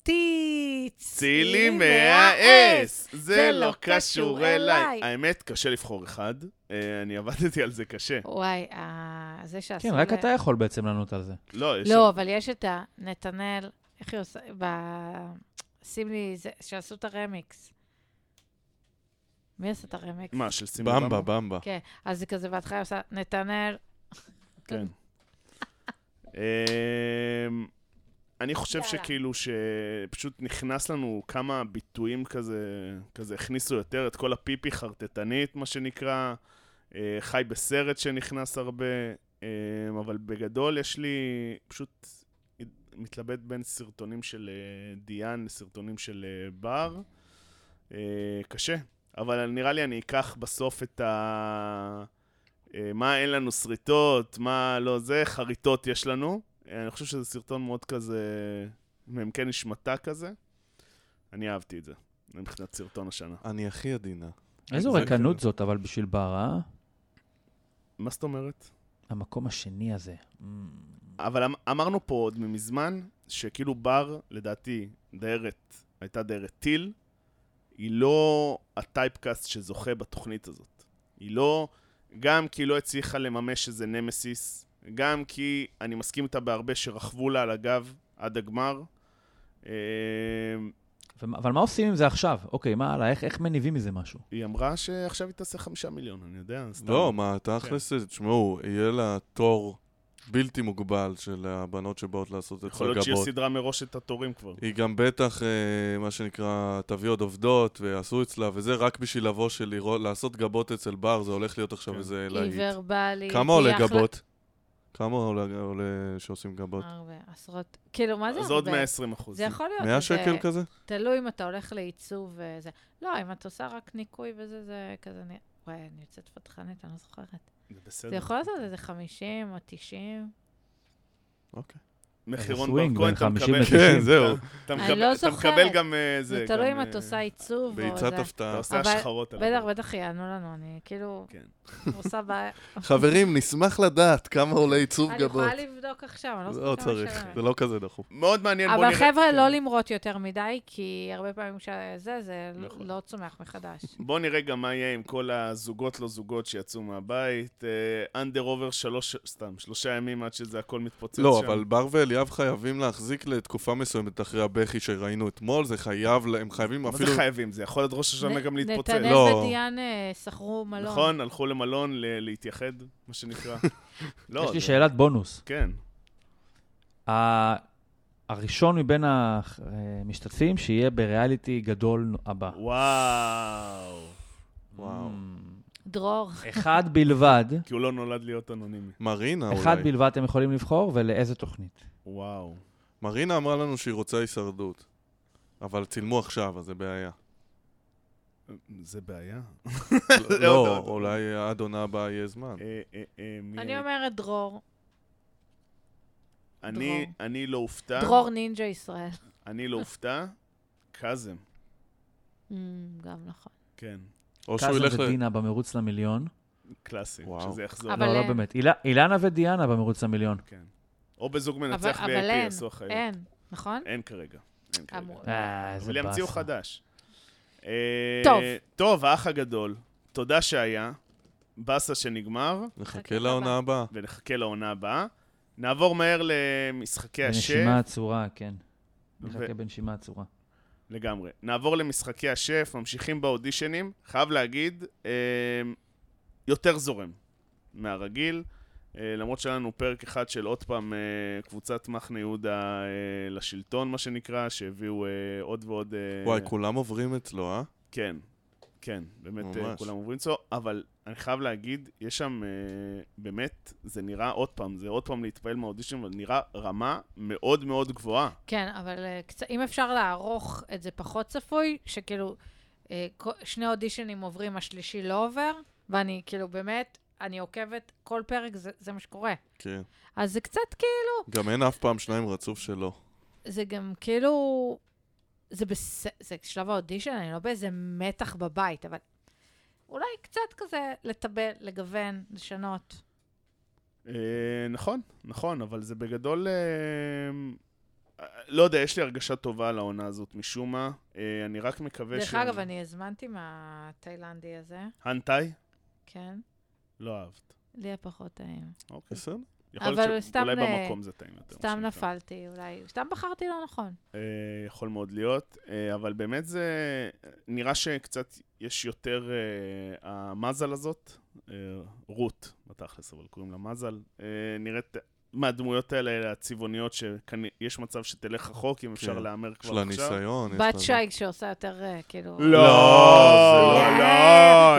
S1: צילי
S2: ותצילי
S1: מהאס! זה
S2: זה
S1: לא
S2: לא
S1: קשור
S2: קשור
S1: אליי.
S2: אליי.
S1: האמת, קשה לבחור אחד. אה, אני עבדתי על זה קשה.
S2: וואי, אה, זה שעשו...
S4: כן, רק
S2: ל-
S4: אתה יכול בעצם לענות על זה.
S1: לא, יש...
S2: לא, אבל יש את הנתנאל, איך היא עושה, ב... שים לי, זה- שעשו את הרמיקס. מי עשה את הרמיקס?
S1: מה, של סימון
S3: במבה, במבה.
S2: כן, אז זה כזה בהתחלה עושה, נתנאל,
S1: כן. אמ, אני חושב
S2: יאללה.
S1: שכאילו שפשוט נכנס לנו כמה ביטויים כזה, כזה הכניסו יותר את כל הפיפי חרטטנית, מה שנקרא, אה, חי בסרט שנכנס הרבה, אמ, אבל בגדול יש לי פשוט מתלבט בין סרטונים של אה, דיאן לסרטונים של אה, בר. אה, קשה, אבל נראה לי אני אקח בסוף את ה... אה, מה אין לנו שריטות, מה לא זה, חריטות יש לנו. אה, אני חושב שזה סרטון מאוד כזה, מ"ק נשמתה כזה. אני אהבתי את זה, מבחינת סרטון השנה.
S3: אני הכי עדינה.
S4: איזו
S3: זה-
S4: רקנות זאת, אבל בשביל בר, אה?
S1: מה זאת אומרת?
S4: המקום השני הזה. Mm.
S1: אבל אמ- אמרנו פה עוד מזמן, שכאילו בר, לדעתי, דיירת, הייתה דיירת טיל, היא לא הטייפקאסט שזוכה בתוכנית הזאת. היא לא, גם כי היא לא הצליחה לממש איזה נמסיס, גם כי אני מסכים איתה בהרבה שרכבו לה על הגב עד הגמר. אה,
S4: ומה- אבל מה עושים עם זה עכשיו? אוקיי, מה הלאה? איך- איך מניבים מזה משהו?
S1: היא אמרה שעכשיו היא תעשה חמישה מיליון, אני יודע, סתם. כן.
S3: לא, מה, תכלס, זה- תשמעו, יהיה לה תור בלתי מוגבל של הבנות שבאות לעשות את
S1: יכול
S3: חג
S1: להיות שהיא
S3: הבוט.
S1: סידרה מראש את התורים כבר.
S3: היא גם בטח, אה, מה שנקרא, תביא עוד עובדות ויעשו אצלה, וזה רק בשביל לבוא של לראות, לעשות גבות אצל בר, זה הולך להיות עכשיו
S1: כן.
S3: איזה
S2: היא
S3: להיט.
S2: ורבלית.
S3: כמה עולה
S2: היא אחלה-
S3: גבות? כמה עולה עולה שעושים גבות?
S2: הרבה, עשרות. כאילו, מה זה הרבה?
S1: אז עוד 120 אחוז.
S2: זה יכול להיות.
S3: 100
S2: אה, זה-
S3: שקל כזה?
S2: תלוי אם אתה הולך לעיצוב וזה. לא, אם את עושה רק ניקוי וזה, זה כזה נראה... וואי, אני יוצאת פתחנית, אני לא זוכרת.
S1: זה בסדר.
S2: זה יכול לעשות איזה 50 או 90.
S3: אוקיי.
S1: מחירון
S4: סווינג
S1: בר כהן,
S4: בין
S1: אתה
S4: 50
S1: מקבל...
S4: ל-
S3: כן, זהו.
S1: אתה
S2: אני
S1: מקבל-
S2: לא
S1: אתה
S2: זוכרת.
S1: מקבל גם אה, זה...
S2: זה תלוי
S1: גם,
S2: אם את
S1: אה,
S2: עושה עיצוב או זה.
S3: ביצת
S1: אתה
S3: הפתעה.
S1: עושה
S2: אבל-
S1: השחרות. עליו.
S2: בטח, בטח יענו לנו, אני כאילו
S1: כן.
S2: עושה בעיה.
S3: חברים, נשמח לדעת כמה עולה עיצוב
S2: אני
S3: גבות.
S2: יכולה לבדוק עכשיו, אני לא
S3: לא
S2: זוכרת כמה
S3: צריך,
S2: שלם.
S3: זה לא כזה דחוף.
S1: מאוד מעניין, בוא
S2: אבל
S1: נראה...
S2: חבר'ה,
S1: כן.
S2: לא למרות יותר מדי, כי הרבה פעמים שזה, זה לא-
S3: נכון.
S2: לא צומח מחדש.
S1: בוא נראה גם מה יהיה עם כל הזוגות לא זוגות שיצאו מהבית. אה, אנדר עובר שלוש, סתם, שלושה ימים עד שזה הכל מתפוצץ שם.
S3: לא, אבל בר ואליאב חייבים להחזיק לתקופה מסוימת אחרי הבכי שראינו אתמול, זה חייב, ל- הם חייבים
S1: מה זה
S3: אפילו...
S1: חייבים? זה יכול להיות ראש השנה
S2: נ-
S1: גם להתפוצץ.
S2: נתנאל
S3: לא.
S2: ודיאן אה, שכרו מלון.
S1: נכון, הלכו למלון ל- להתייחד, מה שנקרא. לא,
S4: יש לי
S1: זה-
S4: שאלת בונוס.
S1: כן.
S4: ה- הראשון מבין המשתתפים שיהיה בריאליטי גדול הבא.
S1: וואו.
S3: וואו.
S4: Mm,
S2: דרור.
S4: אחד בלבד,
S1: כי הוא לא נולד להיות אנונימי.
S3: מרינה
S4: אחד
S3: אולי.
S4: בלבד אתם יכולים לבחור, ולאיזה תוכנית.
S1: וואו.
S3: מרינה אמרה לנו שהיא רוצה הישרדות. אבל צילמו עכשיו, אז זה בעיה.
S1: זה בעיה. עוד,
S3: לא,
S1: עוד.
S3: אולי עד עונה הבאה יהיה זמן.
S1: אה, אה, אה, מי-
S2: אני אומרת דרור.
S1: אני-
S2: דרור.
S1: אני לא אופתע.
S2: דרור נינג'ה ישראל.
S1: אני לא אופתע. קאזם.
S2: Mm, גם נכון.
S1: כן.
S3: או שהוא
S4: קאזם
S3: ילך ל...
S4: ודינה במרוץ למיליון.
S1: קלאסי.
S3: וואו.
S1: שזה יחזור.
S2: אבל
S4: לא, לא
S2: אין.
S4: באמת. אילה- אילנה ודיאנה במרוץ למיליון.
S1: כן. או בזוג
S2: אבל
S1: מנצח
S2: אבל אין,
S1: ב-IP, עשו החיים.
S2: אין, נכון?
S1: אין כרגע. אין כרגע.
S2: אמור-
S4: אה, איזה
S1: אבל ימציאו
S4: באסה.
S1: חדש. אה,
S2: טוב.
S1: טוב, האח הגדול. תודה שהיה. באסה שנגמר,
S3: נחכה לעונה הבאה.
S1: ונחכה לעונה הבאה. נעבור מהר למשחקי השף.
S4: בנשימה עצורה, כן.
S1: ו-
S4: נחכה בנשימה עצורה.
S1: לגמרי. נעבור למשחקי השף, ממשיכים באודישנים. חייב להגיד, אה, יותר זורם מהרגיל. אה, למרות שהיה לנו פרק אחד של עוד פעם אה, קבוצת מחנה יהודה אה, לשלטון, מה שנקרא, שהביאו אה, עוד ועוד... אה,
S3: וואי, כולם עוברים אצלו, אה?
S1: כן, כן, באמת אה,
S3: ממש.
S1: כולם עוברים צו, אבל אני חייב להגיד, יש שם, אה, באמת, זה נראה עוד פעם, זה עוד פעם להתפעל מהאודישנים, אבל נראה רמה מאוד מאוד גבוהה.
S2: כן, אבל אה, קצ- אם אפשר לערוך את זה פחות צפוי, שכאילו אה, כ- שני אודישנים עוברים, השלישי לא עובר, ואני כאילו באמת, אני עוקבת כל פרק, זה זה מה שקורה.
S3: כן.
S2: אז זה קצת כאילו,
S3: גם אין אף פעם שניים רצוף שלא.
S2: זה גם כאילו, זה בס... זה שלב האודישן, אני לא באיזה מתח בבית, אבל אולי קצת כזה לטבל, לגוון, לשנות.
S1: אה, נכון, נכון, אבל זה בגדול... אה, לא יודע, יש לי הרגשה טובה על העונה הזאת משום מה. אה, אני רק מקווה
S2: דרך אגב, אני הזמנתי מהתאילנדי הזה,
S1: הנטאי?
S2: כן?
S1: לא אהבת.
S2: לי היה פחות טעים.
S1: אוקיי.
S3: בסדר.
S1: יכול להיות
S2: אבל
S1: ש-
S2: סתם
S1: אולי
S2: נ-
S1: במקום זה טעים יותר. מה
S2: סתם
S1: שנקרא.
S2: נפלתי, אולי, סתם בחרתי לא נכון.
S1: אה, יכול מאוד להיות, אה, אבל באמת זה... נראה שקצת יש יותר אה, המזל הזאת, אה, רות, בתכלס, אבל קוראים לה מזל, אה, נראית מהדמויות האלה, הצבעוניות, שיש מצב שתלך רחוק, אם אפשר
S3: כן.
S1: להמר
S3: יש
S1: כבר
S3: לה
S1: עכשיו.
S3: ניסיון. יש
S2: בת
S3: לה-
S2: שייג שעושה יותר, אה, כאילו...
S1: לא,
S3: לא,
S1: לא,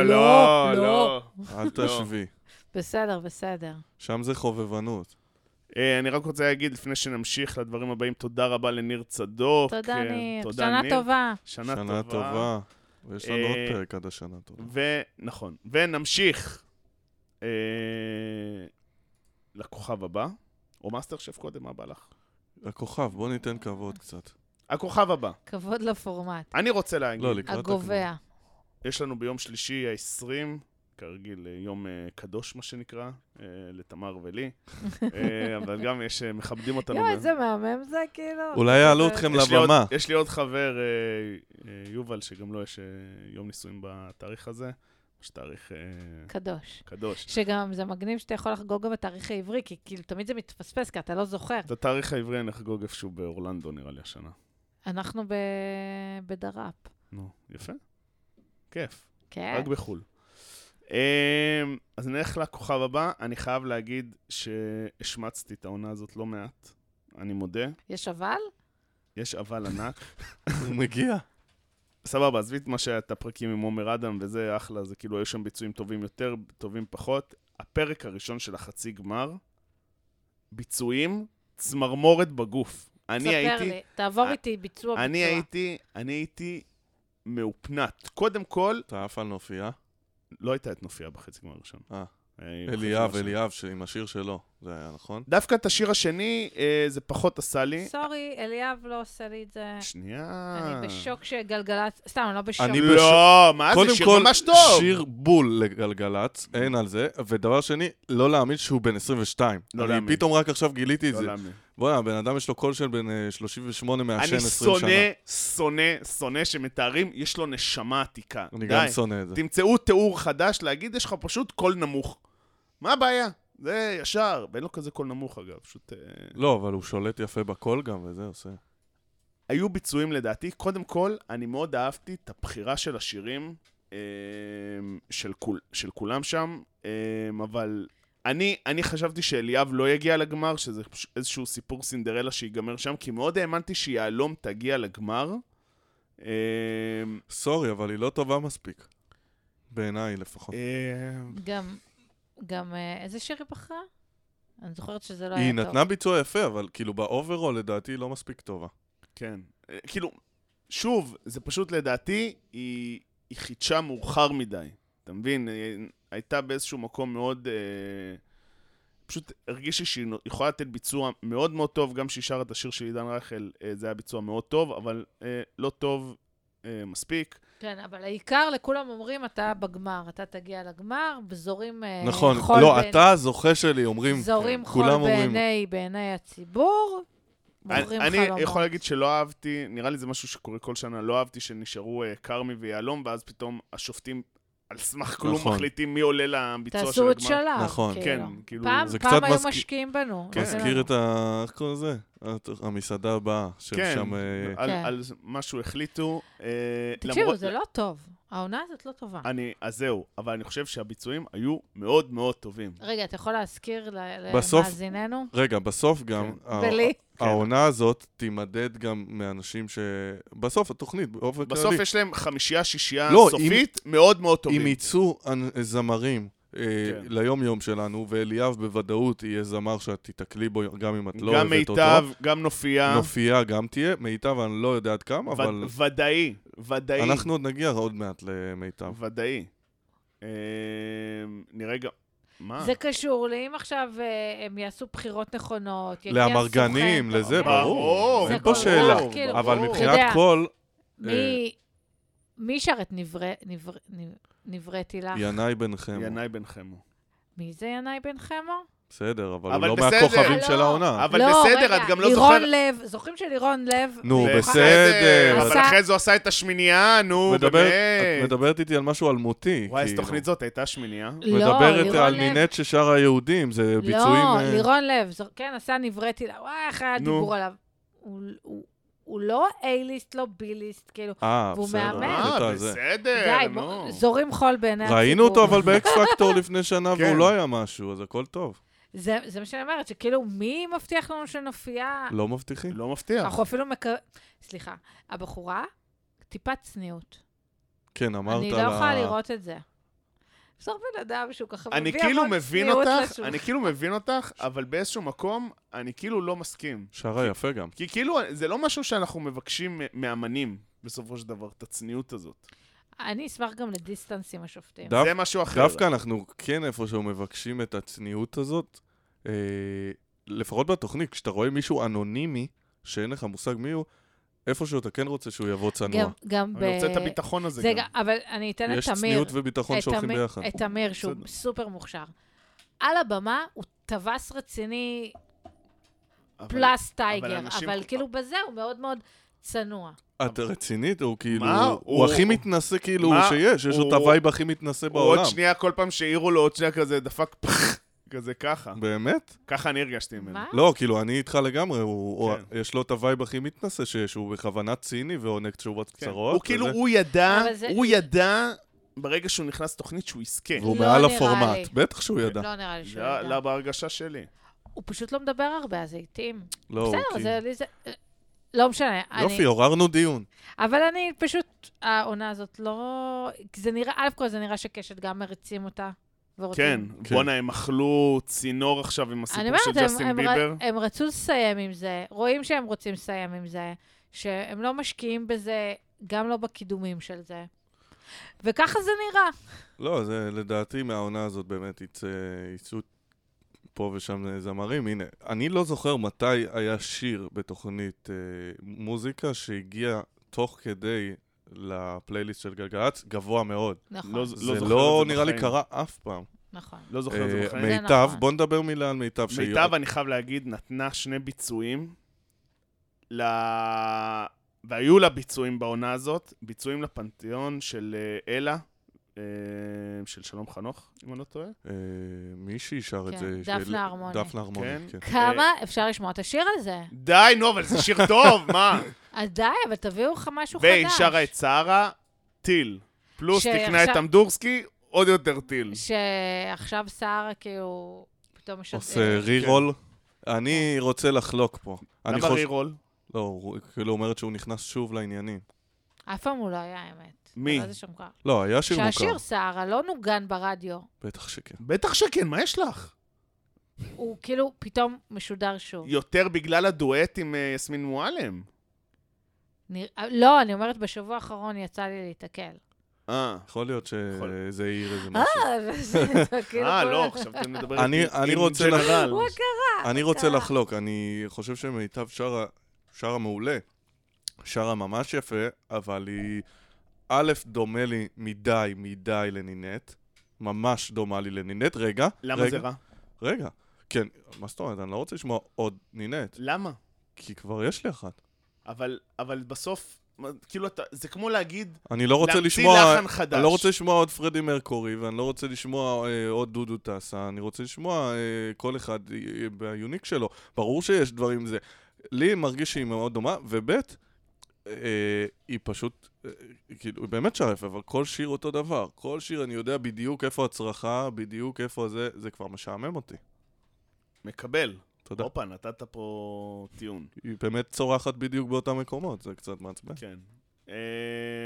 S2: לא,
S1: לא,
S2: לא,
S1: לא.
S3: אל תשבי.
S2: בסדר, בסדר.
S3: שם זה חובבנות.
S1: אה, אני רק רוצה להגיד, לפני שנמשיך לדברים הבאים, תודה רבה לניר צדוק.
S2: תודה,
S1: אה,
S2: ניר.
S1: תודה,
S2: שנה
S1: ניר.
S2: טובה.
S1: שנה טובה.
S3: שנה טובה. ויש לנו
S1: אה,
S3: עוד פרק עד השנה טובה.
S1: ונכון, ונמשיך אה, לכוכב הבא, או מאסטר שף קודם, מה בא לך?
S3: הכוכב, בוא ניתן כבוד קצת.
S1: הכוכב הבא.
S2: כבוד לפורמט.
S1: אני רוצה להגיד,
S3: לא, לקראת הכבוד.
S2: הגובע.
S1: יש לנו ביום שלישי ה-20, כרגיל אה, יום אה, קדוש, מה שנקרא, אה, לתמר ולי, אה, אבל גם יש, אה, מכבדים אותנו.
S2: יואי,
S1: ב-
S2: איזה מהמם זה, כאילו.
S3: אולי יעלו אתכם
S1: יש לי עוד-
S3: לבמה.
S1: יש לי עוד חבר, אה, אה, יובל, שגם לו יש אה, יום נישואים בתאריך הזה, יש תאריך אה,
S2: קדוש.
S1: קדוש.
S2: שגם זה מגניב שאתה יכול לחגוג גם בתאריך העברי, כי כאילו תמיד זה מתפספס, כי אתה לא זוכר.
S1: את התאריך העברי אני אחגוג איפשהו באורלנדו, נראה לי, השנה.
S2: אנחנו ב... בדראפ.
S1: נו, יפה. כיף,
S2: כן.
S1: רק בחו"ל. אמ, אז נלך לכוכב הבא. אני חייב להגיד שהשמצתי את העונה הזאת לא מעט, אני מודה.
S2: יש אבל?
S1: יש אבל ענק.
S3: הוא מגיע.
S1: סבבה, עזבי את מה שהיה את הפרקים עם עומר אדם וזה, אחלה, זה כאילו, היו שם ביצועים טובים יותר, טובים פחות. הפרק הראשון של החצי גמר, ביצועים, צמרמורת בגוף. אני
S2: ספר
S1: הייתי...
S2: לי, תעבור
S1: אה,
S2: איתי ביצוע ביצוע.
S1: אני הייתי, אני הייתי מאופנת. קודם כל,
S3: אתה עף על אה? נופיה?
S1: לא הייתה את נופיה בחצי גמר הראשון.
S3: אה.
S1: אה,
S3: אליאב, אליאב, ש- עם השיר שלו, זה היה נכון?
S1: דווקא את השיר השני, אה, זה פחות עשה לי.
S2: סורי, אליאב לא עושה לי את זה.
S1: שנייה.
S2: אני בשוק שגלגלצ... סתם, אני לא בשוק.
S3: אה. אני בשוק.
S1: לא, מה זה,
S3: קודם
S1: שיר
S3: כל,
S1: ממש טוב.
S3: שיר בול לגלגלצ, אין על זה. ודבר שני, לא להאמין שהוא בן 22.
S1: לא
S3: אני
S1: להאמין.
S3: פתאום רק עכשיו גיליתי את
S1: לא
S3: זה.
S1: להאמין.
S3: בוא'נה, הבן אדם יש לו קול של בן אה, 38 מעשן
S1: אני
S3: 20 שנה.
S1: שונא, שונא, שונא שמתארים, יש לו נשמה עתיקה.
S3: אני
S1: די.
S3: גם שונא את זה.
S1: תמצאו תיאור חדש להגיד, יש לך פשוט קול נמוך. מה הבעיה? זה ישר, ואין לו כזה קול נמוך אגב, פשוט... אה,
S3: לא, אבל הוא שולט יפה בקול גם, וזה עושה.
S1: היו ביצועים לדעתי. קודם כל, אני מאוד אהבתי את הבחירה של השירים אה, של, כול, של כולם שם, אה, אבל אני, אני חשבתי שאליאב לא יגיע לגמר, שזה פש- איזשהו סיפור סינדרלה שיגמר שם, כי מאוד האמנתי שיהלום תגיע לגמר. אה,
S3: סורי, אבל היא לא טובה מספיק. בעיניי לפחות.
S1: אה,
S2: גם, גם אה, איזה שיר היא בחרה? אני זוכרת שזה לא היה
S3: היא
S2: טוב.
S3: נתנה ביצוע יפה, אבל כאילו באוברול לדעתי היא לא מספיק טובה.
S1: כן. אה, כאילו, שוב, זה פשוט לדעתי, היא, היא חידשה מאוחר מדי. אתה מבין? היא הייתה באיזשהו מקום מאוד... אה, פשוט הרגישתי שהיא נו- יכולה לתת ביצוע מאוד מאוד טוב, גם כשהיא שרה את השיר של עידן רייכל, אה, זה היה ביצוע מאוד טוב, אבל אה, לא טוב אה, מספיק.
S2: כן, אבל העיקר לכולם אומרים, אתה בגמר, אתה תגיע לגמר, וזורים אה,
S3: נכון,
S2: חול
S3: לא,
S2: בעיני-
S3: אתה הזוכה שלי, אומרים, כן,
S2: זורים חול
S3: כולם אומרים,
S2: בעיני, בעיני הציבור, מוכרים
S1: אני
S2: חלומות.
S1: אני יכול להגיד שלא אהבתי, נראה לי זה משהו שקורה כל שנה, לא אהבתי שנשארו אה, כרמי ויהלום, ואז פתאום השופטים על סמך כלום
S3: נכון.
S1: מחליטים מי עולה לביצוע של הגמר.
S2: תעשו את שלב.
S3: נכון.
S2: כאילו.
S1: כן, כאילו...
S2: פעם,
S3: זה
S2: פעם
S3: קצת
S2: היו
S3: מזכיר-
S2: משקיעים בנו.
S1: כן.
S3: מזכיר את ה... איך קוראים לזה? הת- המסעדה הבאה,
S1: כן,
S3: ששם... אה,
S1: על,
S2: כן.
S1: על מה שהוא החליטו. אה,
S2: תקשיבו, זה לא טוב. העונה הזאת לא טובה.
S1: אני, אז זהו, אבל אני חושב שהביצועים היו מאוד מאוד טובים.
S2: רגע, אתה יכול להזכיר ל-
S3: בסוף- אה,
S2: למאזיננו?
S3: רגע, בסוף גם, ה-
S2: ולי?
S1: כן.
S3: העונה הזאת תימדד גם מאנשים ש... בסוף התוכנית, באופן כללי.
S1: בסוף יש להם חמישייה, שישייה
S3: לא,
S1: סופית מאוד מאוד
S3: אם
S1: טובים.
S3: יצאו אנ- זמרים אה,
S1: כן.
S3: ליום-יום שלנו, ואליאב בוודאות יהיה זמר שאת תיתקלי בו גם אם את לא
S1: גם
S3: אוהבת אותו.
S1: מיטב, גם נופיה.
S3: נופיה גם תהיה, מיטב אני לא יודע עד כמה, אבל
S1: ו- ודאי, ודאי,
S3: אנחנו עוד נגיע עוד מעט למיטב.
S1: ודאי. אה, נראה גם...
S3: אה.
S1: מה?
S2: זה קשור לי, אם עכשיו אה, הם יעשו בחירות נכונות, יגיע סוכן...
S3: לאמרגנים, לזה,
S2: אוקיי.
S3: ברור,
S1: זה
S3: אין פה
S1: ברור,
S3: שאלה.
S2: כאילו,
S3: אבל
S2: ברור.
S3: מבחינת
S2: אתה יודע,
S3: קול, אה.
S2: מי- מי שר את נברא- נברא- נב- נבראתי לך?
S3: ינאי ביניכם.
S1: ינאי בן חמו.
S2: מי זה ינאי בן חמו? בסדר,
S3: בסדר, אבל הוא
S1: אבל
S3: לא
S1: בסדר.
S3: מהכוכבים
S2: לא.
S3: של העונה.
S1: אבל
S2: לא,
S1: בסדר,
S2: רגע,
S1: את גם לא
S2: לירון
S1: זוכרת-
S2: לב, זוכרים שלירון לב...
S3: נו,
S2: הוא
S3: בסדר.
S1: אבל
S2: עשה-
S1: אחרי זה הוא עשה את השמינייה, נו,
S3: מדבר- את
S1: באמת.
S3: מדברת איתי על משהו אלמותי.
S1: וואי, איזה
S3: כאילו.
S1: תוכנית זאת הייתה שמינייה.
S2: לא,
S3: מדברת
S2: לירון
S3: על
S2: לב-
S3: נינט ששר היהודים, זה ביצועים...
S2: לא,
S3: אה,
S2: לירון לב, זו- כן, עשה נבראתי לה, וואי, איך היה
S1: נו.
S2: דיבור עליו. הוא- הוא- הוא לא A-ליסט, לא B-ליסט, כאילו,
S3: אה,
S2: והוא
S3: בסדר.
S2: מהמם.
S3: הקטע
S1: אה,
S3: הזה.
S1: בסדר,
S2: די,
S1: נו.
S2: בוא- זורים חול בעיני הציבור.
S3: כן, ראינו אותו אבל באקס פקטור לפני שנה
S1: כן.
S3: והוא לא היה משהו, אז הכל טוב.
S2: זה, זה מה שאני אומרת, שכאילו, מי מבטיח לנו שנופיע?
S3: לא מבטיחים.
S1: לא מפתיע.
S2: אנחנו אפילו מק... סליחה, הבחורה, טיפת צניעות.
S3: כן, אמרת על ה...
S2: אני לא יכולה לראות את זה. בסוף בן אדם שהוא ככה
S1: אני
S2: מביא
S1: כאילו
S2: המון
S1: מבין
S2: צניעות
S1: אותך,
S2: לשולחן.
S1: אני כאילו מבין אותך, אבל באיזשהו מקום אני כאילו לא מסכים.
S3: שרה יפה גם.
S1: כי כאילו, זה לא משהו שאנחנו מבקשים מ- מאמנים, בסופו של דבר, את הצניעות הזאת.
S2: אני אשמח גם לדיסטנס עם השופטים.
S3: דו-
S1: זה משהו אחר.
S3: דווקא אנחנו כן איפשהו מבקשים את הצניעות הזאת. אה, לפחות בתוכנית, כשאתה רואה מישהו אנונימי, שאין לך מושג מי הוא, איפשהו אתה כן רוצה שהוא יבוא צנוע.
S2: גם, גם ב...
S1: אני רוצה את הביטחון הזה
S2: זה
S1: גם.
S2: גם. אבל אני אתן
S3: יש
S2: לתמיר.
S3: צניעות וביטחון
S2: את
S3: שהולכים
S2: אמיר-
S3: ביחד.
S2: את אמיר, שהוא
S1: בסדר.
S2: סופר מוכשר. על הבמה הוא טווס רציני
S1: אבל-
S2: פלאס טייגר,
S1: אנשים-
S2: אבל כאילו בזה הוא מאוד מאוד צנוע.
S3: את רצינית? הוא כאילו...
S1: מה?
S3: הוא
S1: הוא-
S3: הכי מתנשא כאילו
S1: מה?
S3: שיש, יש לו את
S1: הוא-
S3: הווייב הכי מתנשא
S1: הוא עוד
S3: בעולם.
S1: שנייה, כל פעם שהעירו לו עוד שנייה כזה, דפק פח, כזה ככה.
S3: באמת?
S1: ככה אני הרגשתי ממנו.
S2: מה?
S3: לא, כאילו, אני איתך לגמרי, הוא-
S1: כן.
S3: הוא- יש לו את הווייב הכי מתנשא שיש, הוא בכוונה ציני ועונג תשובות
S1: כן.
S3: קצרות.
S1: הוא כאילו,
S3: וזה-
S1: הוא ידע,
S2: אבל זה-
S1: הוא ידע, ברגע שהוא נכנס לתוכנית, שהוא יזכה.
S3: והוא
S2: לא
S3: מעל
S2: נראה
S3: הפורמט.
S2: לי.
S3: בטח שהוא ידע.
S2: לא נראה לי שהוא
S1: זה
S2: ידע.
S1: לא בהרגשה שלי.
S2: הוא פשוט לא מדבר הרבה, אז לעיתים.
S3: לא,
S1: אוקיי.
S3: הוא
S2: בסדר,
S3: כאילו-
S2: זה... לי זה- לא משנה. אני-
S3: יופי, עוררנו דיון.
S2: אבל אני פשוט, העונה הזאת לא... זה נראה, א' כל זה נראה שקשת גם מריצים אותה.
S1: כן,
S2: ורוצים-
S3: כן.
S1: בואנה, הם אכלו צינור עכשיו עם
S2: אוקיי. אני
S1: הסיפור של
S2: אומרת, הם-
S1: ג'סטין
S2: הם ר-
S1: ביבר.
S2: הם רצו לסיים עם זה, רואים שהם רוצים לסיים עם זה, שהם לא משקיעים בזה, גם לא בקידומים של זה. וככה זה נראה.
S3: לא, זה לדעתי מהעונה הזאת באמת יצא- יצאו פה ושם זמרים. הנה, אני לא זוכר מתי היה שיר בתוכנית אה, מוזיקה שהגיע תוך כדי לפלייליסט של גלגלצ, גבוה מאוד.
S2: נכון,
S1: לא-
S3: זה
S1: זוכר
S3: לא
S1: את זה
S3: נראה לי
S1: בחיים.
S3: קרה אף פעם.
S2: נכון.
S1: לא זוכר את
S3: אה,
S1: זה בחיים.
S2: מי-
S3: מיטב,
S2: נכון.
S3: בוא נדבר מילה על מיטב. שהיא-
S1: מיטב, אני חייב להגיד, נתנה שני ביצועים, ל... והיו לה ביצועים בעונה הזאת, ביצועים לפנתיאון של אה, אלה, אה, של שלום חנוך, אם אני לא טועה.
S3: אה, מישהי שר
S2: כן,
S3: את זה.
S2: דפנה
S3: של-
S2: הרמוני.
S3: דפנה הרמוני,
S1: כן.
S3: כן.
S2: כמה אפשר לשמוע את השיר הזה?
S1: די, נו, אבל זה שיר טוב, מה?
S2: אז די, אבל תביאו לך משהו חדש.
S1: והיא שרה את סערה, טיל. פלוס
S2: שעכשיו-
S1: תקנה את אמדורסקי, עוד יותר טיל.
S2: שעכשיו סער כאילו פתאום יש...
S3: עושה רירול. אני רוצה לחלוק פה. אני
S1: למה
S3: חוש-
S1: רירול?
S3: לא, הוא כאילו אומרת שהוא נכנס שוב לעניינים.
S2: אף פעם הוא לא היה, האמת.
S1: מי?
S2: לא זה שם מוכר.
S3: לא, היה שיר מוכר.
S2: שהשיר סערה לא נוגן ברדיו.
S3: בטח שכן.
S1: בטח שכן, מה יש לך?
S2: הוא כאילו פתאום משודר שוב.
S1: יותר בגלל הדואט עם אה, יסמין מועלם.
S2: נראה- לא, אני אומרת, בשבוע האחרון יצא לי להתקל.
S1: אה.
S3: יכול להיות
S1: יכול.
S3: שזה העיר איזה
S2: אה,
S3: משהו.
S2: וזה- זה כאילו...
S1: אה, לא,
S2: כל-
S1: עכשיו אתם מדברים
S3: אני- אני רוצה לח-
S1: ג'נרל.
S2: הוא הקר...
S3: אני רוצה לחלוק, אני חושב שמיטב שרה, שרה מעולה. שרה ממש יפה, אבל היא, א', דומה לי מדי מדי לנינט. ממש דומה לי לנינט. רגע,
S1: למה
S3: רגע,
S1: זה רע?
S3: רגע. כן, מה זאת אומרת? אני לא רוצה לשמוע עוד נינט,
S1: למה?
S3: כי כבר יש לי אחת.
S1: אבל, אבל בסוף, מה- כאילו, אתה, זה כמו להגיד,
S3: אני לא רוצה
S1: להמציא
S3: לשמוע...
S1: לחן חדש.
S3: אני לא רוצה לשמוע עוד פרדי מרקורי, ואני לא רוצה לשמוע אה, עוד דודו טסה, אני רוצה לשמוע אה, כל אחד אה, אה, ביוניק שלו. ברור שיש דברים עם זה. לי מרגיש שהיא מאוד דומה, וב' אה, היא פשוט, אה, כאילו, היא באמת שרה יפה, אבל כל שיר אותו דבר. כל שיר אני יודע בדיוק איפה הצרחה, בדיוק איפה זה, זה כבר משעמם אותי.
S1: מקבל.
S3: תודה.
S1: הופה, נתת פה טיעון.
S3: היא באמת צורחת בדיוק באותם מקומות, זה קצת מעצבן.
S1: כן.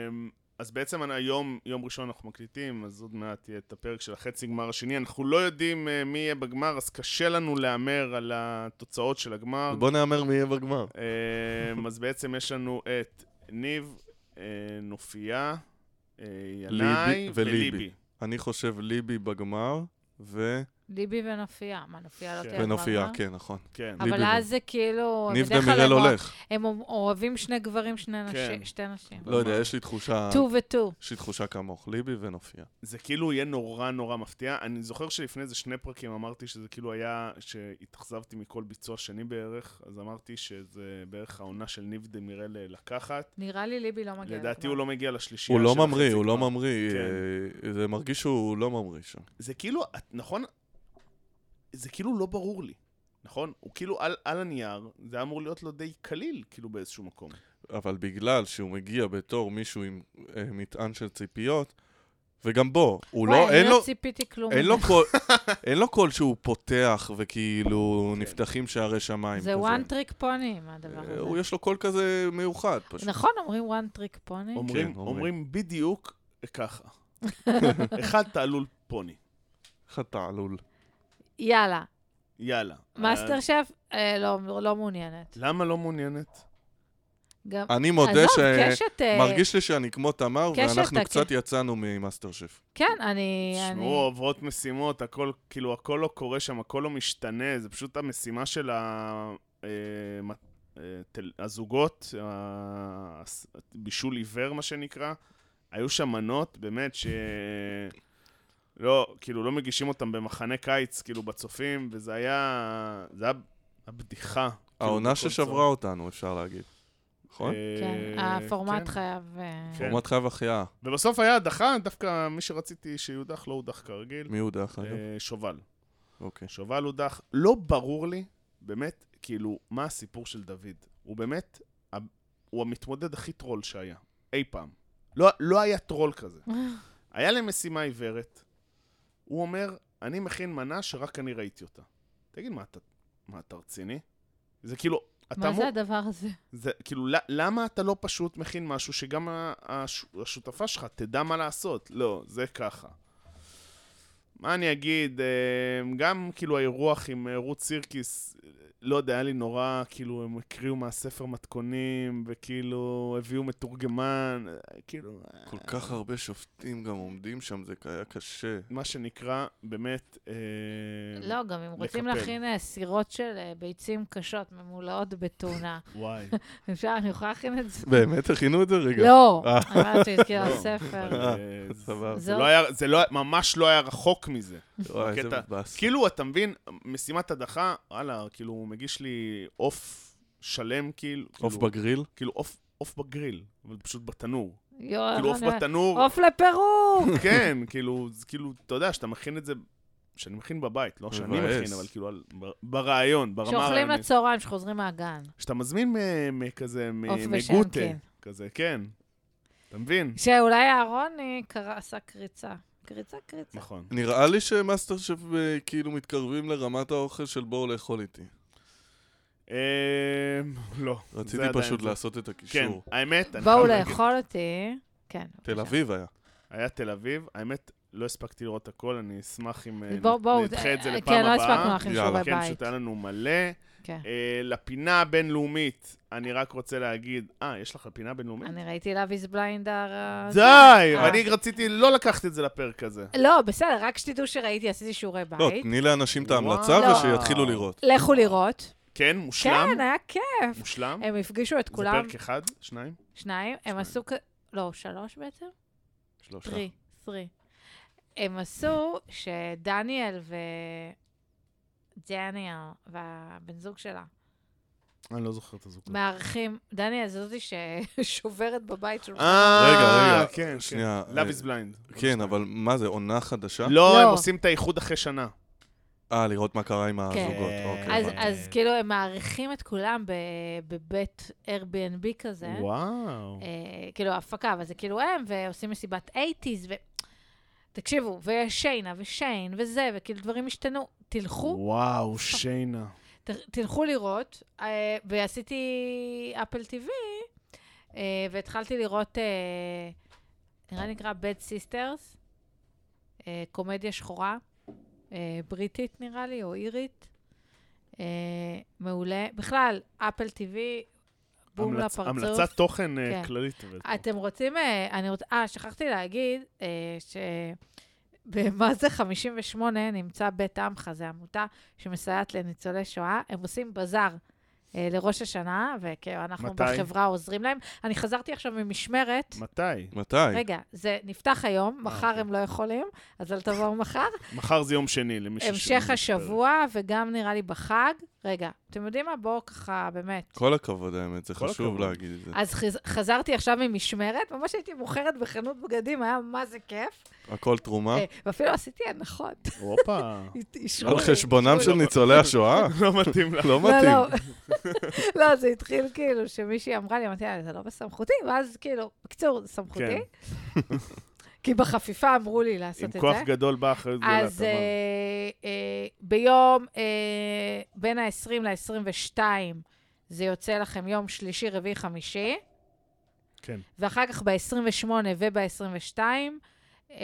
S1: אמ, אז בעצם אני- היום, יום ראשון אנחנו מקליטים, אז עוד מעט יהיה את הפרק של החצי גמר השני. אנחנו לא יודעים אה, מי יהיה בגמר, אז קשה לנו להמר על התוצאות של הגמר.
S3: בוא נהמר מי יהיה בגמר.
S1: אמ, אז בעצם יש לנו את ניב, אה, נופיה, אה, ינאי
S3: ליבי- וליבי.
S1: וליבי.
S3: אני חושב ליבי בגמר, ו...
S2: ליבי ונופיה. מה, נופיה לא
S1: כן.
S2: תהיה
S3: ונופיה,
S2: בגמר?
S3: כן, נכון.
S1: כן.
S2: אבל
S3: ליבי
S2: אז זה כאילו...
S3: ניב
S2: בדרך כלל
S3: דמירל לא
S2: הם אוה-
S3: הולך.
S2: הם אוהבים שני גברים, שני
S1: כן.
S2: נשים. שתי נשים.
S3: לא יודע, יש לי תחושה,
S2: טו וטו.
S3: יש לי תחושה כמוך, ליבי ונופיה.
S1: זה כאילו יהיה נורא נורא מפתיע. אני זוכר שלפני איזה שני פרקים אמרתי שזה כאילו היה, שהתאכזבתי מכל ביצוע שני בערך, אז אמרתי שזה בערך העונה של ניב דמירל אה, לקחת.
S2: נראה לי ליבי לא מגיע.
S1: לדעתי
S2: לגמר.
S1: הוא לא מגיע לשלישייה
S3: הוא לא
S1: של החצי
S3: ממריא, הוא לא
S1: גמר.
S3: ממריא,
S1: כן.
S3: אה, זה מרגיש שהוא לא ממריא שם.
S1: זה כאילו, את- נכון? זה כאילו לא ברור לי, נכון? הוא כאילו על, על הנייר, זה היה אמור להיות לו די קליל, כאילו באיזשהו מקום.
S3: אבל בגלל שהוא מגיע בתור מישהו עם אה, מטען של ציפיות, וגם בו, הוא
S2: וואי,
S3: לא, אין
S2: אני לא
S3: לו...
S2: ציפיתי כלום.
S3: אין
S2: מזה.
S3: לו, קול, אין לו קול שהוא פותח וכאילו
S1: כן.
S3: נפתחים שערי שמיים.
S2: זה
S3: כזה.
S2: וואן טריק פוני, הדבר
S3: אה,
S2: הזה.
S3: הוא יש לו קול כזה מיוחד פשוט.
S2: נכון, אומרים וואן טריק פוני?
S1: אומרים,
S3: אומרים.
S1: אומרים בדיוק ככה. אחד תעלול פוני,
S3: איך אתה עלול?
S2: יאללה,
S1: יאללה.
S2: מאסטר
S1: אז-
S2: שף, אה, לא, לא מעוניינת.
S1: למה לא מעוניינת?
S2: גם...
S3: אני מודה
S2: עזוב,
S3: ש...
S2: קשת... אה,
S3: מרגיש לי שאני כמו תמר,
S2: קשת,
S3: ואנחנו
S2: אתה-
S3: קצת יצאנו ממאסטר שף.
S2: כן, אני... אני...
S1: תשמעו, עוברות משימות, הכל, כאילו, הכל לא קורה שם, הכל לא משתנה, זה פשוט המשימה של ה... אה, מ- אה, תל- הזוגות, ה- הס- בישול עיוור, מה שנקרא. היו שם מנות, באמת, ש... לא, כאילו, לא מגישים אותם במחנה קיץ, כאילו, בצופים, וזה היה... זה היה הבדיחה. כאילו,
S3: העונה
S1: בכל
S3: ששברה
S1: צורה.
S3: אותנו, אפשר להגיד. נכון?
S1: אה,
S2: כן, הפורמט
S1: כן.
S2: חייב... אה,
S1: כן.
S3: פורמט חייב החייאה.
S1: ובסוף היה הדחה, דווקא מי שרציתי שיודח לא הודח כרגיל.
S3: מי הוא דרך אגב?
S1: אה, שובל.
S3: אוקיי.
S1: שובל הודח. לא ברור לי, באמת, כאילו, מה הסיפור של דוד. הוא באמת, ה- הוא המתמודד הכי טרול שהיה, אי פעם. לא, לא היה טרול כזה. היה להם משימה עיוורת. הוא אומר, אני מכין מנה שרק אני ראיתי אותה. תגיד, מה אתה, מה אתה רציני? זה כאילו, אתה
S2: מה
S1: אמור...
S2: זה הדבר הזה?
S1: זה, כאילו, ל- למה אתה לא פשוט מכין משהו שגם ה- הש- השותפה שלך תדע מה לעשות? לא, זה ככה. מה אני אגיד, אה, גם כאילו האירוח עם אה, רות סירקיס, אה, לא יודע, היה לי נורא, כאילו, הם הקריאו מהספר מתכונים, וכאילו, הביאו מתורגמן, אה, כאילו, אה,
S3: כל כך הרבה שופטים גם עומדים שם, זה היה קשה.
S1: מה שנקרא, באמת... אה,
S2: לא, גם אם רוצים
S1: לקפל.
S2: להכין אה, סירות של אה, ביצים קשות ממולאות בטונה,
S1: וואי.
S2: אפשר, אני יכולה להכין את זה?
S3: באמת הכינו את זה רגע?
S2: לא,
S3: אה.
S2: אמרתי, כאילו,
S1: לא,
S2: הספר.
S1: אבל, אה,
S3: סבבה.
S1: זה
S2: זהו.
S1: לא היה, זה לא, ממש לא היה רחוק מזה.
S3: וואי, איזה
S1: בקטע.
S3: מבאס.
S1: כאילו, אתה מבין, משימת הדחה, וואלה, כאילו, הוא מגיש לי עוף שלם, כאילו.
S3: עוף
S1: כאילו-
S3: בגריל?
S1: כאילו, עוף- עוף בגריל, אבל פשוט בתנור.
S2: יואו,
S1: כאילו, עוף
S2: איך אני-
S1: בתנור,
S2: אה, לא עוף לפירוק!
S1: כן, כאילו, זה כאילו, אתה יודע, שאתה מכין את זה, שאני מכין בבית, לא שאני
S3: מבאס.
S1: מכין, אבל כאילו, על- ב- ברעיון, ברמה
S2: שאוכלים
S1: הרעיונית.
S2: לצהריים, שחוזרים מהגן.
S1: שאתה מזמין מ- מכזה, מ-
S2: עוף
S1: מגוטה,
S2: ושנקין.
S1: כזה, כן. אתה מבין?
S2: שאולי אהרוני קרא- עשה קריצה. קריצה, קריצה.
S1: נכון.
S3: נראה לי שמאסטר שף אה, כאילו מתקרבים לרמת האוכל של בואו לאכול איתי.
S1: אה, לא. זה
S3: רציתי
S1: עדיין
S3: פשוט
S1: זה.
S3: לעשות את
S1: כן,
S3: הקישור.
S1: האמת, אני
S2: בואו
S1: חייב להגיד,
S2: לאכול אותי. כן.
S3: תל
S2: בבקשה.
S3: אביב היה.
S1: היה תל אביב, האמת, לא הספקתי לראות הכל, אני אשמח אם אה,
S2: בואו, בואו.
S1: נדחה את זה
S2: אה,
S1: לפעם
S2: כן, לא
S1: הבאה.
S2: הספקנו להכין
S3: יאללה.
S2: שיעורי
S1: כן, פשוט
S2: בית.
S1: היה לנו מלא.
S2: כן.
S1: אה, לפינה הבינלאומית, אני רק רוצה להגיד, אה, יש לך לפינה בינלאומית?
S2: אני ראיתי Love is Blind הר...
S1: די!
S2: אה.
S1: אני רציתי לא לקחת את זה לפרק הזה.
S2: לא, בסדר, רק שתדעו שראיתי, עשיתי שיעורי
S3: לא,
S2: בית.
S3: תני לאנשים את ההמלצה
S2: וואו.
S3: ושיתחילו לראות.
S2: לכו לראות.
S1: כן, מושלם?
S2: כן, היה כיף.
S1: מושלם?
S2: הם הפגישו את
S1: זה
S2: כולם,
S1: פרק אחד? שניים?
S2: שניים, הם עשו כ... לא, שלוש בעצם?
S1: שלושה.
S2: טרי, טרי. הם עשו שדניאל ו... דניאל והבן זוג שלה
S1: לא. אני לא זוכר את הזוג.
S2: מארחים, דניאל זו זאתי ששוברת בבית של...
S1: אה,
S3: רגע,
S1: כן, כן.
S3: שנייה. אה,
S1: Love is blind.
S3: כן, אבל מה זה, עונה חדשה?
S1: לא, הם
S2: לא.
S1: עושים את האיחוד אחרי שנה.
S3: אה, לראות מה קרה עם הזוגות.
S1: כן.
S3: אוקיי.
S2: אז,
S3: הבנתי.
S2: אז כאילו, הם מארחים את כולם ב... בבית Airbnb כזה.
S1: וואו.
S2: אה, כאילו, ההפקה, אבל זה כאילו הם, ועושים מסיבת 80's, ו... תקשיבו, ושיינה, ושיין, וזה, וכאילו דברים השתנו. תלכו
S1: וואו, שיינה.
S2: ת- תלכו לראות, אה, ועשיתי אפל TV, אה, והתחלתי לראות, אה, נראה לי נקרא Bad Sisters, אה, קומדיה שחורה, אה, בריטית נראה לי, או אירית. אה, מעולה. בכלל, אפל TV, בום
S1: המלצ-
S2: לפרצוף.
S1: המלצת תוכן אה,
S2: כן.
S1: כללית. אבל-
S2: אתם רוצים, אה, אני רוצה, אה, שכחתי להגיד אה, ש... במה זה 58 נמצא בית עמך, זו עמותה שמסייעת לניצולי שואה. הם עושים בזאר אה, לראש השנה, וכאילו אנחנו
S1: מתי?
S2: בחברה עוזרים להם. אני חזרתי עכשיו ממשמרת.
S1: מתי?
S3: מתי?
S2: רגע, זה נפתח היום, מחר
S1: אוקיי.
S2: הם לא יכולים, אז אל תבואו מחר.
S1: מחר זה יום שני, למי ששומע.
S2: המשך השבוע, וגם נראה לי בחג. רגע, אתם יודעים מה? בואו ככה, באמת.
S3: כל הכבוד, האמת, זה
S1: כל
S3: חשוב
S1: הכבוד.
S3: להגיד את זה.
S2: אז חז- חזרתי עכשיו ממשמרת, ממש הייתי מוכרת בחנות בגדים, היה מה זה כיף.
S3: הכל תרומה.
S2: אה, ואפילו עשיתי הנחות.
S1: הופה.
S2: אישרו
S3: על
S2: לי.
S3: חשבונם של
S1: לא.
S3: ניצולי השואה?
S1: לא מתאים לך.
S3: לא
S2: לא,
S3: מתאים.
S2: לא. לא, זה התחיל כאילו שמישהי אמרה לי, אמרתי לה, זה לא בסמכותי, ואז כאילו, בקיצור, זה סמכותי. כי בחפיפה אמרו לי
S1: עם
S2: לעשות את
S1: כוח
S2: זה.
S1: גדול באה אחריות גדולה.
S2: אז אה,
S1: תמר.
S2: אה, ביום אה, בין ה-20 ל-22 זה יוצא לכם יום שלישי, רביעי, חמישי.
S1: כן.
S2: ואחר כך ב-28 וב-22, אה,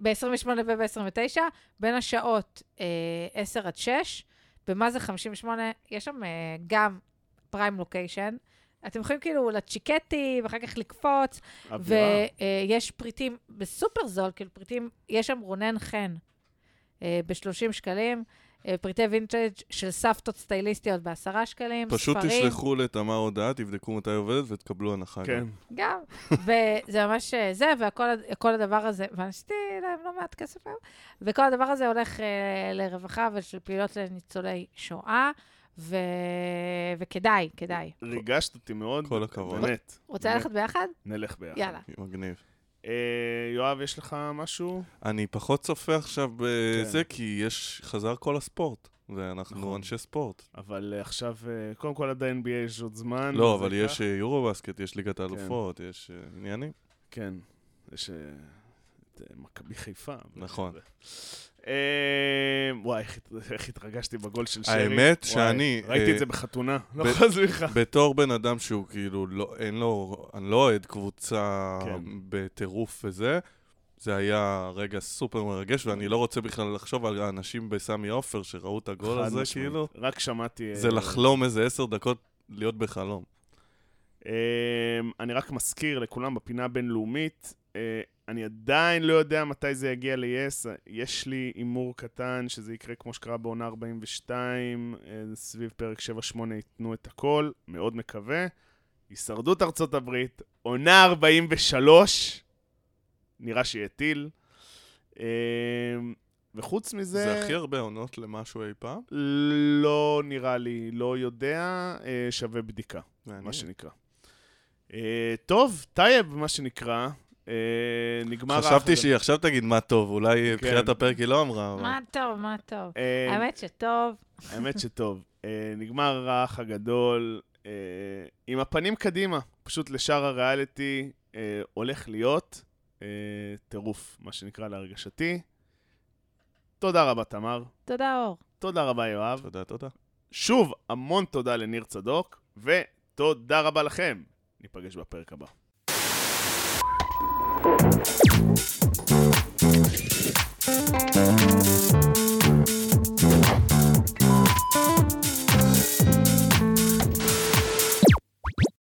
S2: ב-28 וב-29, בין השעות אה, 10 עד 6, במה זה 58, יש שם אה, גם פריים לוקיישן. אתם יכולים כאילו לצ'יקטי ואחר כך לקפוץ,
S1: אווירה.
S2: ויש פריטים בסופר זול, כאילו פריטים, יש שם רונן חן אה, ב-30 שקלים, אה, פריטי וינטג' של סבתות סטייליסטיות ב-10 שקלים,
S3: פשוט
S2: ספרים.
S3: תשלחו לתמר הודעה, תבדקו מתי היא עובדת ותקבלו הנחה.
S1: כן.
S3: גם.
S2: גם, וזה ממש אה, זה, וכל הד- כל הדבר הזה, ועשיתי להם לא מעט כסף היום, וכל הדבר הזה הולך אה, לרווחה ושל פעילות לניצולי שואה, ו... וכדאי, כדאי.
S1: ריגשת אותי מאוד.
S3: כל הכבוד.
S1: באמת.
S2: רוצה
S1: באמת.
S2: ללכת ביחד?
S1: נלך ביחד.
S2: יאללה.
S3: מגניב.
S1: אה, יואב, יש לך משהו?
S3: אני פחות צופה עכשיו בזה,
S1: כן.
S3: כי יש, חזר כל הספורט, ואנחנו
S1: נכון.
S3: אנשי ספורט.
S1: אבל אה, עכשיו, אה, קודם כל עד ה-NBA יש עוד זמן. כן,
S3: לא,
S1: זה כן.
S3: אבל
S1: כך.
S3: יש אה, יורו-בסקט, יש ליגת האלופות, יש אה, עניינים.
S1: כן. יש אה, את אה, מכבי חיפה.
S3: נכון.
S1: אה, וואי, איך הת- איך התרגשתי בגול של שרי.
S3: האמת
S1: וואי,
S3: שאני,
S1: ראיתי
S3: אה,
S1: את זה בחתונה, לא
S3: ב-
S1: יכול להסביר לך.
S3: בתור בן אדם שהוא כאילו, לא, אין לו, אני לא אוהד קבוצה
S1: כן.
S3: בטירוף וזה, זה היה רגע סופר מרגש, ואני לא רוצה בכלל לחשוב על האנשים בסמי עופר שראו את הגול
S1: חד
S3: הזה,
S1: משמעית.
S3: כאילו.
S1: רק שמעתי...
S3: זה
S1: אה,
S3: לחלום איזה עשר דקות להיות בחלום.
S1: אמ, אני רק מזכיר לכולם בפינה הבינלאומית, אה, אני עדיין לא יודע מתי זה יגיע ל-yes, יש לי הימור קטן שזה יקרה כמו שקרה בעונה 42, אה, סביב פרק 7-8 ייתנו את הכל, מאוד מקווה. הישרדות ארצות הברית, עונה 43, נראה שיהיה טיל. אמ, וחוץ מזה...
S3: זה הכי הרבה עונות למשהו אי פעם.
S1: לא נראה לי, לא יודע, אה, שווה בדיקה. מה שנקרא. אה, טוב, טייב, מה שנקרא, אה, נגמר...
S3: חשבתי
S1: ההחלטה.
S3: שהיא עכשיו תגיד מה טוב, אולי
S1: כן.
S3: בתחילת הפרק היא לא אמרה, אבל...
S2: מה טוב, מה טוב.
S1: אה,
S2: האמת שטוב.
S1: האמת שטוב. אה, נגמר האח הגדול, אה, עם הפנים קדימה, פשוט לשאר הריאליטי, אה, הולך להיות אה, טירוף, מה שנקרא להרגשתי. תודה רבה, תמר.
S2: תודה, אור.
S1: תודה רבה, יואב.
S3: תודה, תודה.
S1: שוב, המון תודה לניר צדוק, ותודה רבה לכם. ניפגש בפרק הבא.